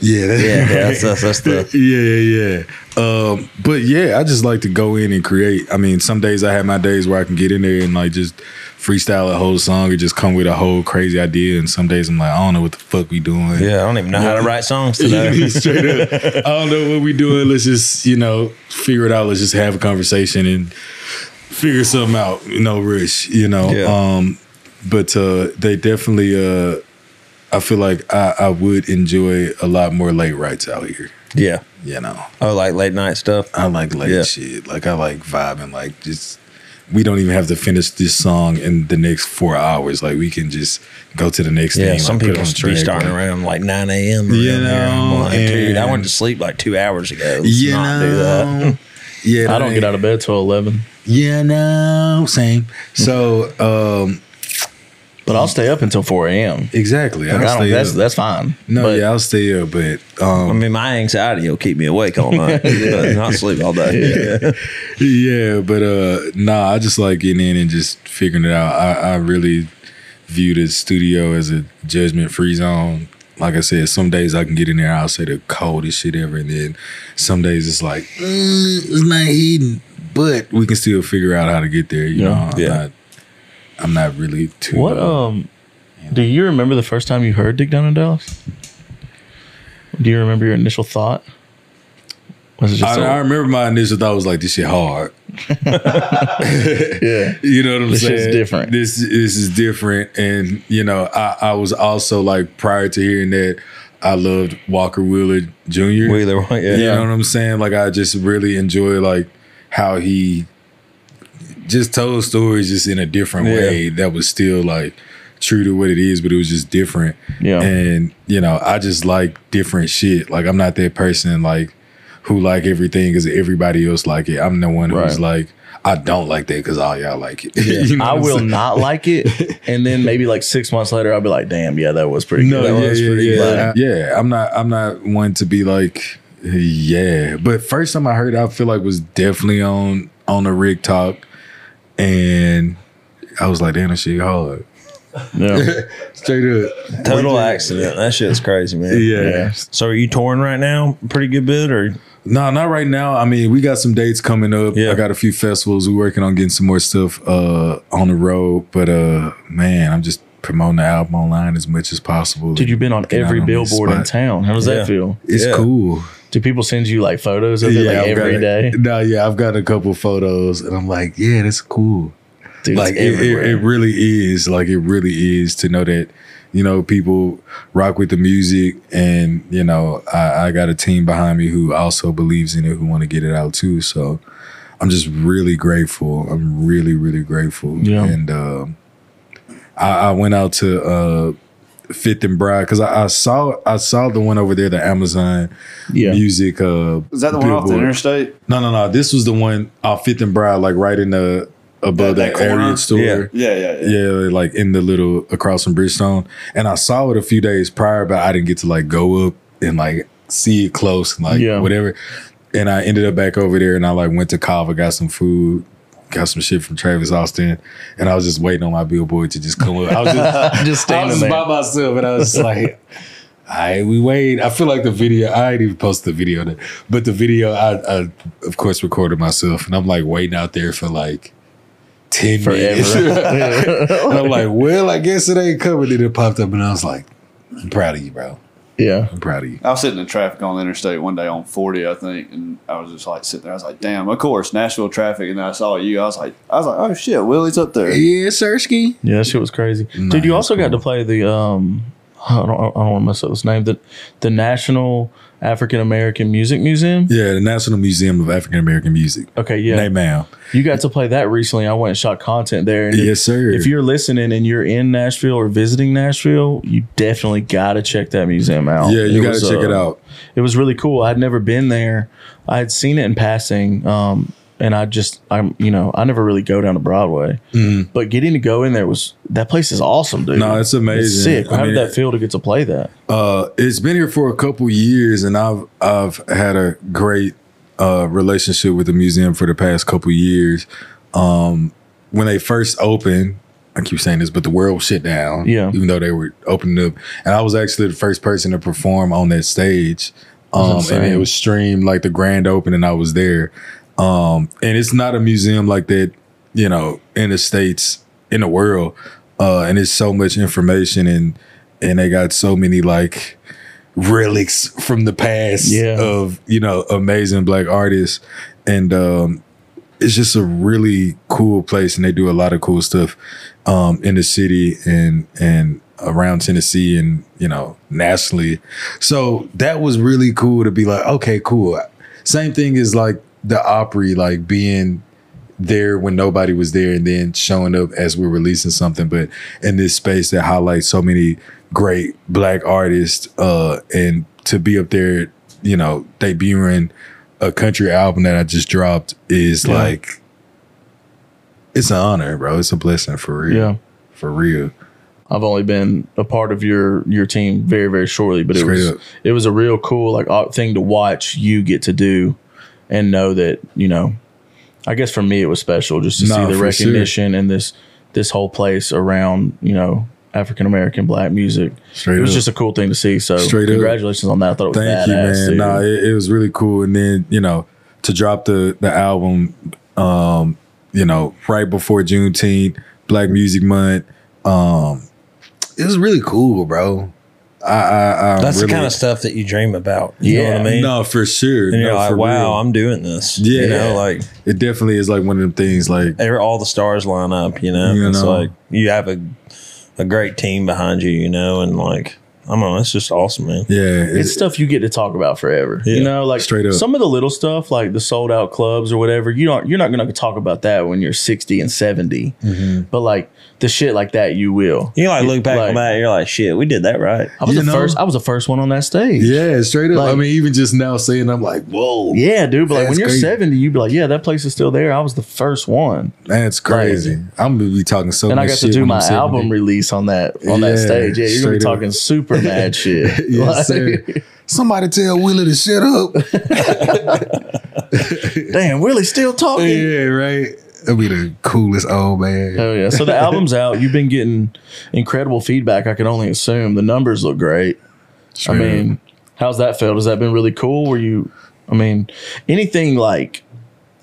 Speaker 2: Yeah, that-
Speaker 3: Yeah, yeah, that's- that's- that's the-
Speaker 2: yeah, yeah, yeah. Um, but yeah, I just like to go in and create. I mean, some days I have my days where I can get in there and like just freestyle a whole song or just come with a whole crazy idea. And some days I'm like, I don't know what the fuck we doing.
Speaker 3: Yeah, I don't even know how to write songs today.
Speaker 2: Straight up. I don't know what we doing. Let's just, you know, figure it out. Let's just have a conversation and figure something out. You know, Rich, you know.
Speaker 3: Yeah.
Speaker 2: Um, but uh they definitely uh I feel like I, I would enjoy a lot more late rights out here.
Speaker 3: yeah.
Speaker 2: You know.
Speaker 3: Oh, like late night stuff.
Speaker 2: I like late
Speaker 3: Yeah.
Speaker 2: shit. Like I like vibing, like just we don't even have to finish this song in the next four hours. Like we can just go to the next
Speaker 3: Yeah,
Speaker 2: thing.
Speaker 3: some
Speaker 2: like, put
Speaker 3: people
Speaker 2: on
Speaker 3: be
Speaker 2: track,
Speaker 3: starting
Speaker 2: like-
Speaker 3: around like 9 a.m. around
Speaker 2: You
Speaker 3: here. I'm
Speaker 2: know,
Speaker 3: like, dude, I went
Speaker 2: and-
Speaker 3: to sleep like two hours ago. Let's
Speaker 2: You
Speaker 3: not
Speaker 2: know,
Speaker 3: do that.
Speaker 2: yeah,
Speaker 1: I don't get out of bed till eleven,
Speaker 2: Yeah, no, same. So, um,
Speaker 1: but I'll stay up until four a.m.
Speaker 2: exactly.
Speaker 1: Like, I
Speaker 2: I'll
Speaker 1: don't-
Speaker 2: stay
Speaker 1: that's
Speaker 2: up.
Speaker 1: that's fine.
Speaker 2: no,
Speaker 1: but
Speaker 2: yeah, I'll stay up, but
Speaker 3: I
Speaker 2: um,
Speaker 3: mean, my anxiety will keep me awake all night, but not sleep all day.
Speaker 2: yeah, but uh, nah, I just like getting in and just figuring it out. I, I really view the studio as a judgment free zone. Like I said, some days I can get in there, I'll say the coldest shit ever, and then some days it's like "Mm, it's not heating, but we can still figure out how to get there. You
Speaker 1: Yeah.
Speaker 2: know, I'm
Speaker 3: Yeah.
Speaker 2: not, I'm not really too
Speaker 1: what um, do you remember the first time you heard Dick Down in Dallas? Do you remember your initial thought? Was it just
Speaker 2: I,
Speaker 1: a-
Speaker 2: I remember my initial thought was like, "This shit hard."
Speaker 1: yeah?
Speaker 2: You know what I'm
Speaker 1: This
Speaker 2: saying?
Speaker 1: shit's different.
Speaker 2: This this is different, and you know, I, I was also like prior to hearing that, I loved Walker Wheeler Jr.
Speaker 3: Wheeler, yeah.
Speaker 2: You know what I'm saying? Like I just really enjoy like how he just told stories just in a different
Speaker 3: Yeah.
Speaker 2: way that was still like true to what it is, but it was just different.
Speaker 1: Yeah.
Speaker 2: And, you know, I just like different shit. Like I'm not that person like who like everything because everybody else like it. I'm the one
Speaker 1: Right.
Speaker 2: who's like, I don't like that because all y'all like it. You know
Speaker 1: I
Speaker 2: what I'm
Speaker 1: will
Speaker 2: saying?
Speaker 1: not like it, and then maybe like six months later, I'll be like, "Damn, yeah, that was pretty
Speaker 2: No,
Speaker 1: good."
Speaker 2: yeah,
Speaker 1: That was
Speaker 2: yeah,
Speaker 1: pretty good.
Speaker 2: yeah, yeah. I'm not. I'm not one to be like, yeah. But first time I heard, I feel like was definitely on on the rig talk, and I was like, damn, that shit hard.
Speaker 1: Yeah.
Speaker 2: Straight up,
Speaker 3: Total accident. That shit's crazy, man.
Speaker 2: yeah.
Speaker 3: So are you touring right now? Pretty good bit or
Speaker 2: No, not right now. I mean, we got some dates coming up.
Speaker 3: Yeah.
Speaker 2: I got a few festivals. We're working on getting some more stuff uh, on the road. But uh, man, I'm just promoting the album online as much as possible.
Speaker 1: Dude, you've been on
Speaker 2: Getting out
Speaker 1: every
Speaker 2: on the
Speaker 1: billboard in
Speaker 2: spot.
Speaker 1: town. How does
Speaker 3: Yeah.
Speaker 1: that feel?
Speaker 2: It's
Speaker 3: Yeah.
Speaker 2: cool.
Speaker 1: Do people send you like photos of it like
Speaker 2: I've
Speaker 1: every
Speaker 2: got
Speaker 1: day?
Speaker 2: a- No, yeah, I've got a couple photos, and I'm like, yeah, that's cool.
Speaker 1: Dude,
Speaker 2: like
Speaker 1: it's
Speaker 2: it, it,
Speaker 1: everywhere.
Speaker 2: it really is. Like it really is to know that you know people rock with the music, and you know I, I got a team behind me who also believes in it, who want to get it out too. So I'm just really grateful. I'm really, really grateful.
Speaker 1: Yeah.
Speaker 2: And um, I, I went out to uh, Fifth and Bride because I, I saw I saw the one over there, the Amazon
Speaker 1: yeah.
Speaker 2: music. Uh,
Speaker 9: Is that the one off the
Speaker 2: billboard.
Speaker 9: interstate?
Speaker 2: No, no, no. This was the one off Fifth and Bride, like right in the above
Speaker 9: That-
Speaker 2: that,
Speaker 9: that corner?
Speaker 2: area store.
Speaker 3: Yeah.
Speaker 9: Yeah, yeah, yeah.
Speaker 2: Yeah, like in the little across from Bridgestone. And I saw it a few days prior, but I didn't get to like go up and like see it close and like
Speaker 1: Yeah.
Speaker 2: whatever. And I ended up back over there and I like went to Kava, got some food, got some shit from Travis Austin. And I was just waiting on my billboard to just come up. I was
Speaker 1: Just
Speaker 2: just, I was
Speaker 1: standing
Speaker 2: just
Speaker 1: there.
Speaker 2: by myself and I was just like, I we wait. I feel like the video. I ain't even posted the video, there, but the video I, I of course recorded myself, and I'm like waiting out there for like ten minutes. and I'm like, well, I guess it ain't coming. And it popped up, and I was like, I'm proud of you, bro.
Speaker 1: yeah.
Speaker 2: I'm proud of you.
Speaker 9: I was sitting in traffic on the interstate one day on 40, I think, and I was just like sitting there. I was like, "Damn, of course, Nashville traffic." And then I saw you. I was like, "I was like, oh shit, Willie's up there."
Speaker 2: Yeah, Sersky.
Speaker 1: Yeah, that shit was crazy.
Speaker 2: Nah,
Speaker 1: Dude, you
Speaker 2: that's
Speaker 1: also got
Speaker 2: cool.
Speaker 1: to play the um I don't, I don't want to mess up his name. The the National African American Music Museum.
Speaker 2: Yeah, the National Museum of African American Music.
Speaker 1: Okay, yeah,
Speaker 2: Nay, ma'am.
Speaker 1: you got to play that recently. I went and shot content there. And
Speaker 2: Yes, sir.
Speaker 1: If you're listening and you're in Nashville or visiting Nashville, you definitely got to check that museum out.
Speaker 2: yeah, you got to
Speaker 1: was,
Speaker 2: check
Speaker 1: uh,
Speaker 2: it out.
Speaker 1: It was really cool. I'd never been there. I had seen it in passing, um, and I just, I'm, you know, I never really go down to Broadway, but getting to go in there was that place is awesome, dude.
Speaker 2: Mm-hmm. No, it's amazing.
Speaker 1: sick.
Speaker 2: I
Speaker 1: How
Speaker 2: mean,
Speaker 1: did that feel to get to play that?
Speaker 2: Uh, it's been here for a couple years, and I've I've had a great uh, relationship with the museum for the past couple years. Um, when they first opened, I keep saying this, but the world shut down.
Speaker 1: Yeah.
Speaker 2: even though they were opening up, and I was actually the first person to perform on that stage. Um,
Speaker 1: That's
Speaker 2: and
Speaker 1: insane.
Speaker 2: it was streamed like the grand opening. I was there, um, and it's not a museum like that, you know, in the states, in the world, uh, and it's so much information and and they got so many like relics from the past
Speaker 1: Yeah.
Speaker 2: of you know amazing black artists and um it's just a really cool place and they do a lot of cool stuff um in the city and and around Tennessee and you know nationally so that was really cool to be like okay cool same thing as like the Opry like being there when nobody was there and then showing up as we're releasing something but in this space that highlights so many great black artists uh and to be up there you know debuting a country album that i just dropped is
Speaker 1: Yeah.
Speaker 2: like it's an honor bro it's a blessing for real
Speaker 1: Yeah.
Speaker 2: for real
Speaker 1: I've only been a part of your your team very very shortly, but it
Speaker 2: Straight
Speaker 1: was
Speaker 2: up.
Speaker 1: it was a real cool like uh, thing to watch you get to do, and know that you know. I guess for me it was special just to
Speaker 2: Nah,
Speaker 1: see the
Speaker 2: for sure.
Speaker 1: recognition and this this whole place around you know African American black music.
Speaker 2: Straight
Speaker 1: it was
Speaker 2: up.
Speaker 1: just a cool thing to see. So
Speaker 2: Straight up.
Speaker 1: congratulations on that. I thought it was
Speaker 2: Thank you,
Speaker 1: badass.
Speaker 2: man.
Speaker 1: dude.
Speaker 2: Nah, it, it was really cool. And then you know to drop the the album, um, you know right before Juneteenth, Black Music Month. Um, it was really cool, bro. I, I, I
Speaker 3: that's
Speaker 2: really,
Speaker 3: the kind of stuff that you dream about. You know what I mean?
Speaker 2: No, for sure.
Speaker 3: And you're
Speaker 2: No, for
Speaker 3: like, wow,
Speaker 2: real.
Speaker 3: I'm doing this.
Speaker 2: Yeah.
Speaker 3: You know, like
Speaker 2: it definitely is like one of them things. Like
Speaker 3: every, all the stars line up, you know.
Speaker 2: You
Speaker 3: it's
Speaker 2: know.
Speaker 3: like you have a a great team behind you, you know, and like I mean, that's just awesome, man.
Speaker 2: Yeah,
Speaker 1: it's stuff you get to talk about forever. You
Speaker 3: Yeah.
Speaker 1: know, like
Speaker 2: Straight up.
Speaker 1: some of the little stuff, like the sold out clubs or whatever. You don't, you're not going to talk about that when you're 60 and 70.
Speaker 2: Mm-hmm.
Speaker 1: But like the shit like that, you will.
Speaker 3: You like look back
Speaker 1: Like-
Speaker 3: on that, you're like, shit, we did that right.
Speaker 1: I was
Speaker 2: You
Speaker 1: the
Speaker 2: know?
Speaker 1: first. I was the first one on that stage.
Speaker 2: yeah, straight up. I
Speaker 1: Like-
Speaker 2: mean, even just now saying, I'm like, whoa,
Speaker 1: Yeah, dude. But like when
Speaker 2: That's
Speaker 1: you're
Speaker 2: crazy.
Speaker 1: 70, you'd be like, yeah, that place is still there. I was the first one.
Speaker 2: that's crazy. I'm gonna be talking so.
Speaker 1: And I
Speaker 2: much
Speaker 1: got to
Speaker 2: shit
Speaker 1: do
Speaker 2: when
Speaker 1: my
Speaker 2: I'm 70.
Speaker 1: album release on that on that
Speaker 2: Yeah,
Speaker 1: stage. Yeah, you're gonna be
Speaker 2: straight up.
Speaker 1: talking super mad shit. Like,
Speaker 2: Yes, sir. Somebody tell Willie to shut up.
Speaker 1: Damn, Willie's still talking.
Speaker 2: Oh, yeah, right. That'd be the coolest old man.
Speaker 1: Hell yeah. So the album's out. You've been getting incredible feedback, I can only assume. The numbers look great. I
Speaker 2: Straight up.
Speaker 1: mean, how's that felt? Has that been really cool? Were you, I mean, anything like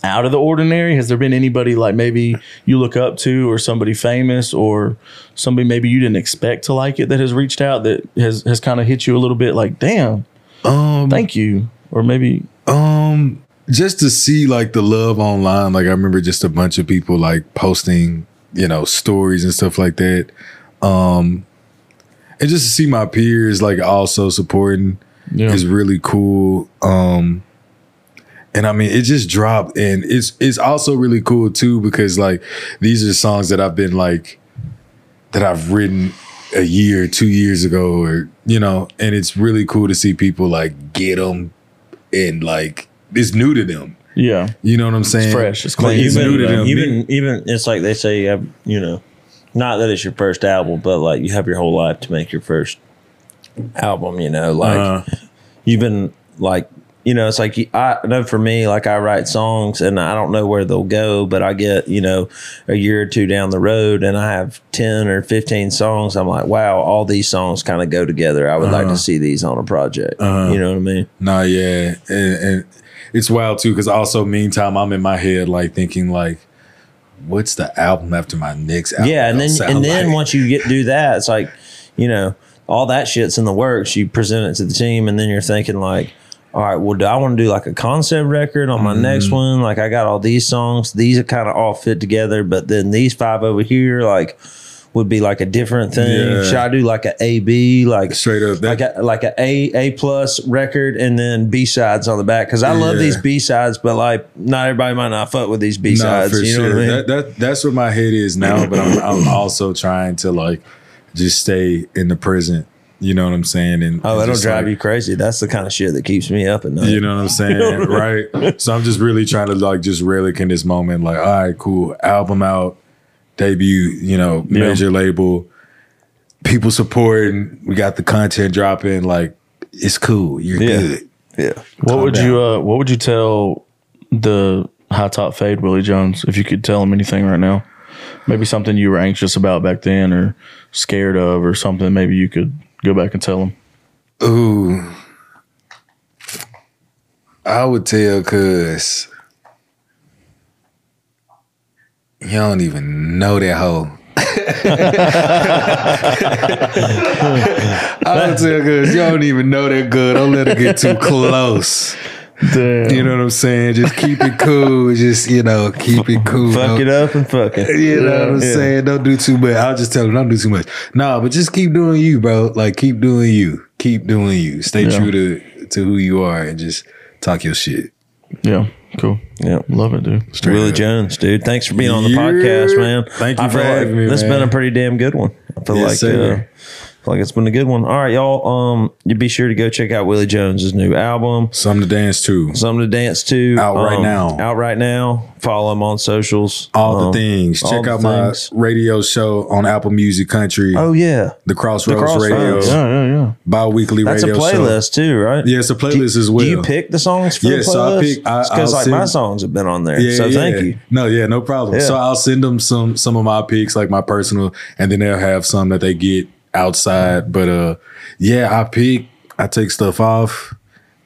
Speaker 1: out of the ordinary? Has there been anybody like maybe you look up to or somebody famous or somebody maybe you didn't expect to like it that has reached out that has, has kind of hit you a little bit like, damn,
Speaker 2: um,
Speaker 1: thank you? Or maybe,
Speaker 2: Um, just to see like the love online, like I remember just a bunch of people like posting, you know, stories and stuff like that. Um, and just to see my peers like also supporting
Speaker 1: yeah.
Speaker 2: is really cool. Um, and I mean, it just dropped, and it's it's also really cool too because like these are songs that I've been like that I've written a year, two years ago, or you know, and it's really cool to see people like get them and like it's new to them.
Speaker 1: yeah.
Speaker 2: You know what I'm saying?
Speaker 1: fresh, it's
Speaker 2: Like,
Speaker 1: clean.
Speaker 2: it's new to them.
Speaker 3: even, even even it's like they say uh, you know not that it's your first album but like you have your whole life to make your first album you know like
Speaker 2: Uh,
Speaker 3: you've been like you know it's like you- i know for me like i write songs and i don't know where they'll go but i get you know a year or two down the road and i have 10 or 15 songs i'm like wow all these songs kind of go together i would like to see these on a project you know what i mean
Speaker 2: Nah, yeah, and, and it's wild too because also meantime I'm in my head like thinking like, what's the album after my next album?
Speaker 3: yeah and
Speaker 2: gonna
Speaker 3: then
Speaker 2: Oh, sound
Speaker 3: and then
Speaker 2: like?
Speaker 3: once you get do that it's like you know all that shit's in the works you present it to the team and then you're thinking like all right well do i want to do like a concept record on my
Speaker 2: Mm-hmm.
Speaker 3: next one like i got all these songs these are kind of all fit together but then these five over here like would be like a different thing
Speaker 2: Yeah.
Speaker 3: should i do like a a b like
Speaker 2: straight up that,
Speaker 3: like a, like a A A plus record and then B sides on the back because I love
Speaker 2: Yeah.
Speaker 3: these B sides, but like not everybody might not fuck with these B sides.
Speaker 2: for
Speaker 3: you know what
Speaker 2: sure.
Speaker 3: I mean?
Speaker 2: that, that that's where my head is now, but I'm I'm also trying to like just stay in the present. You know what I'm saying? And
Speaker 3: Oh,
Speaker 2: and
Speaker 3: it'll
Speaker 2: just,
Speaker 3: drive
Speaker 2: like,
Speaker 3: you crazy. That's the kind of shit that keeps me up at night.
Speaker 2: You know what I'm saying? right. So I'm just really trying to like just relic in this moment. Like, all right, cool. Album out, debut, you know, major label, people supporting. We got the content dropping. Like, it's cool. You're
Speaker 3: Yeah.
Speaker 2: good.
Speaker 3: yeah.
Speaker 1: What would
Speaker 2: down.
Speaker 1: you uh what would you tell the high top fade Willie Jones if you could tell him anything right now? Maybe something you were anxious about back then or scared of or something maybe you could go back and tell him.
Speaker 2: Ooh. I would tell cuz you don't even know that hoe. I would tell cuz you don't even know that good. Don't let her get too close.
Speaker 1: Damn.
Speaker 2: You know what I'm saying? Just keep it cool. Just, you know, keep it cool.
Speaker 3: Fuck
Speaker 2: Don't-
Speaker 3: it up and fuck it.
Speaker 2: you know what I'm
Speaker 3: Yeah.
Speaker 2: saying? Don't do too much. I'll just tell them don't do too much. Nah, but just keep doing you, bro. Like keep doing you. Keep doing you. Stay true to to who you are and just talk your shit.
Speaker 1: yeah, cool.
Speaker 3: Yeah.
Speaker 1: Love it, dude.
Speaker 3: Willie Jones, dude. Thanks for being on the
Speaker 2: Yeah.
Speaker 3: podcast, man.
Speaker 2: Thank you
Speaker 3: I feel
Speaker 2: for
Speaker 3: like
Speaker 2: having me,
Speaker 3: This has
Speaker 2: man.
Speaker 3: been a pretty damn good one. I feel
Speaker 2: Yes,
Speaker 3: like uh,
Speaker 2: sir.
Speaker 3: I feel like it's been a good one. All right, y'all. Um, you be sure to go check out Willie Jones' new album.
Speaker 2: Something to dance to.
Speaker 3: Something to dance to.
Speaker 2: Out right
Speaker 3: Um,
Speaker 2: now.
Speaker 3: Out right now. Follow him on socials.
Speaker 2: All
Speaker 3: Um,
Speaker 2: the things.
Speaker 3: all
Speaker 2: Check
Speaker 3: the
Speaker 2: out
Speaker 3: things.
Speaker 2: my radio show on Apple Music Country.
Speaker 3: Oh yeah.
Speaker 2: The Crossroads,
Speaker 3: Crossroads.
Speaker 2: Radio.
Speaker 1: Yeah, yeah, yeah.
Speaker 2: Bi-weekly
Speaker 3: That's a
Speaker 2: radio show.
Speaker 3: playlist too, right?
Speaker 2: Yeah, it's a playlist as well.
Speaker 3: Do you pick the songs for
Speaker 2: Yeah,
Speaker 3: the playlist?
Speaker 2: so I pick- I-
Speaker 3: because
Speaker 2: I'll
Speaker 3: like my
Speaker 2: send-
Speaker 3: songs have been on there.
Speaker 2: Yeah,
Speaker 3: so
Speaker 2: yeah.
Speaker 3: thank you.
Speaker 2: No, yeah, no problem.
Speaker 3: Yeah.
Speaker 2: So I'll send them some some of my picks, like my personal, and then they'll have some that they get
Speaker 1: Mm-hmm.
Speaker 2: outside. But uh yeah, I pick, I take stuff off.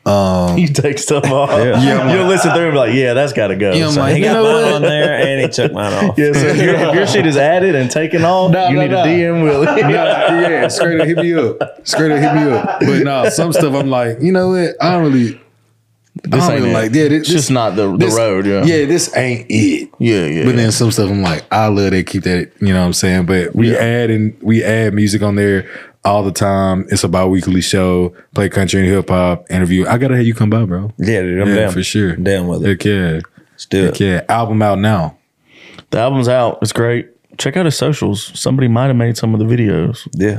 Speaker 1: You take stuff off. You'll listen through and be like, yeah, that's gotta go.
Speaker 2: Yeah, I'm
Speaker 1: So-
Speaker 2: like,
Speaker 3: He
Speaker 2: You
Speaker 3: got
Speaker 2: know
Speaker 3: mine
Speaker 2: what?
Speaker 3: on there and he took mine off.
Speaker 1: yeah, so if, your, if your shit is added and taken off, you
Speaker 2: no,
Speaker 1: need
Speaker 2: no.
Speaker 1: to DM Willie.
Speaker 2: yeah, straight up hit me up. Straight up hit me up. But no, some stuff I'm like, you know what? I don't really
Speaker 1: This
Speaker 2: I don't
Speaker 1: ain't
Speaker 2: really
Speaker 1: it.
Speaker 2: like yeah, this,
Speaker 1: It's just not the,
Speaker 2: this-
Speaker 1: the road, yeah.
Speaker 2: Yeah, this ain't it.
Speaker 1: yeah, yeah.
Speaker 2: But then some stuff I'm like, I love that, keep that, you know what I'm saying? But we add and we add music on there. all the time. It's a bi weekly show. Play country and hip hop interview. I gotta have you come by, bro.
Speaker 3: Yeah, dude, I'm
Speaker 2: Yeah,
Speaker 3: down
Speaker 2: for sure.
Speaker 3: I'm down with it.
Speaker 2: Heck yeah.
Speaker 3: Let's do it.
Speaker 2: Heck yeah. Album out now.
Speaker 1: The album's out. It's great. Check out his socials. Somebody might have made some of the videos.
Speaker 3: Yeah.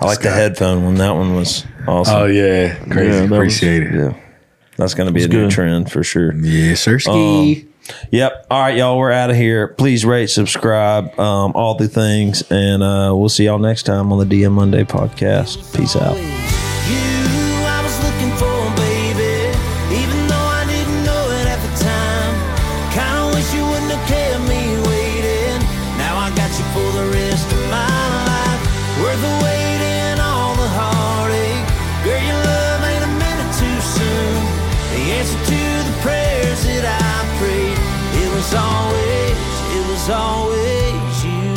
Speaker 3: I like the headphone one. That one was awesome.
Speaker 2: Oh yeah. Crazy.
Speaker 1: Yeah, that was-
Speaker 2: Appreciate it.
Speaker 3: yeah. That's going to be a
Speaker 1: It's
Speaker 3: new
Speaker 1: good.
Speaker 3: trend for sure.
Speaker 2: Yeah, Sersky.
Speaker 3: Yep. All right, y'all. We're out of here. Please rate, subscribe, um, all the things. And uh, we'll see y'all next time on the DM Monday podcast. Peace out.
Speaker 10: You, I was looking for, baby, even though I didn't know it at the time. Kinda wish you wouldn't have kept me waiting. Now I got you for the rest of my life. Worth the wait and all the heartache. Girl, your love ain't a minute too soon. The answer to the prayers that I prayed, it was always, it was always you.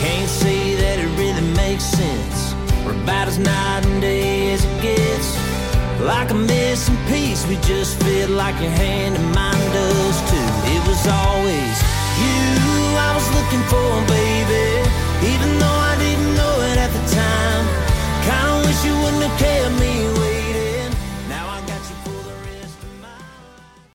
Speaker 10: Can't say that it really makes sense. We're about as night and day as it gets. Like a missing piece, we just fit like your hand and mine does too. It was always.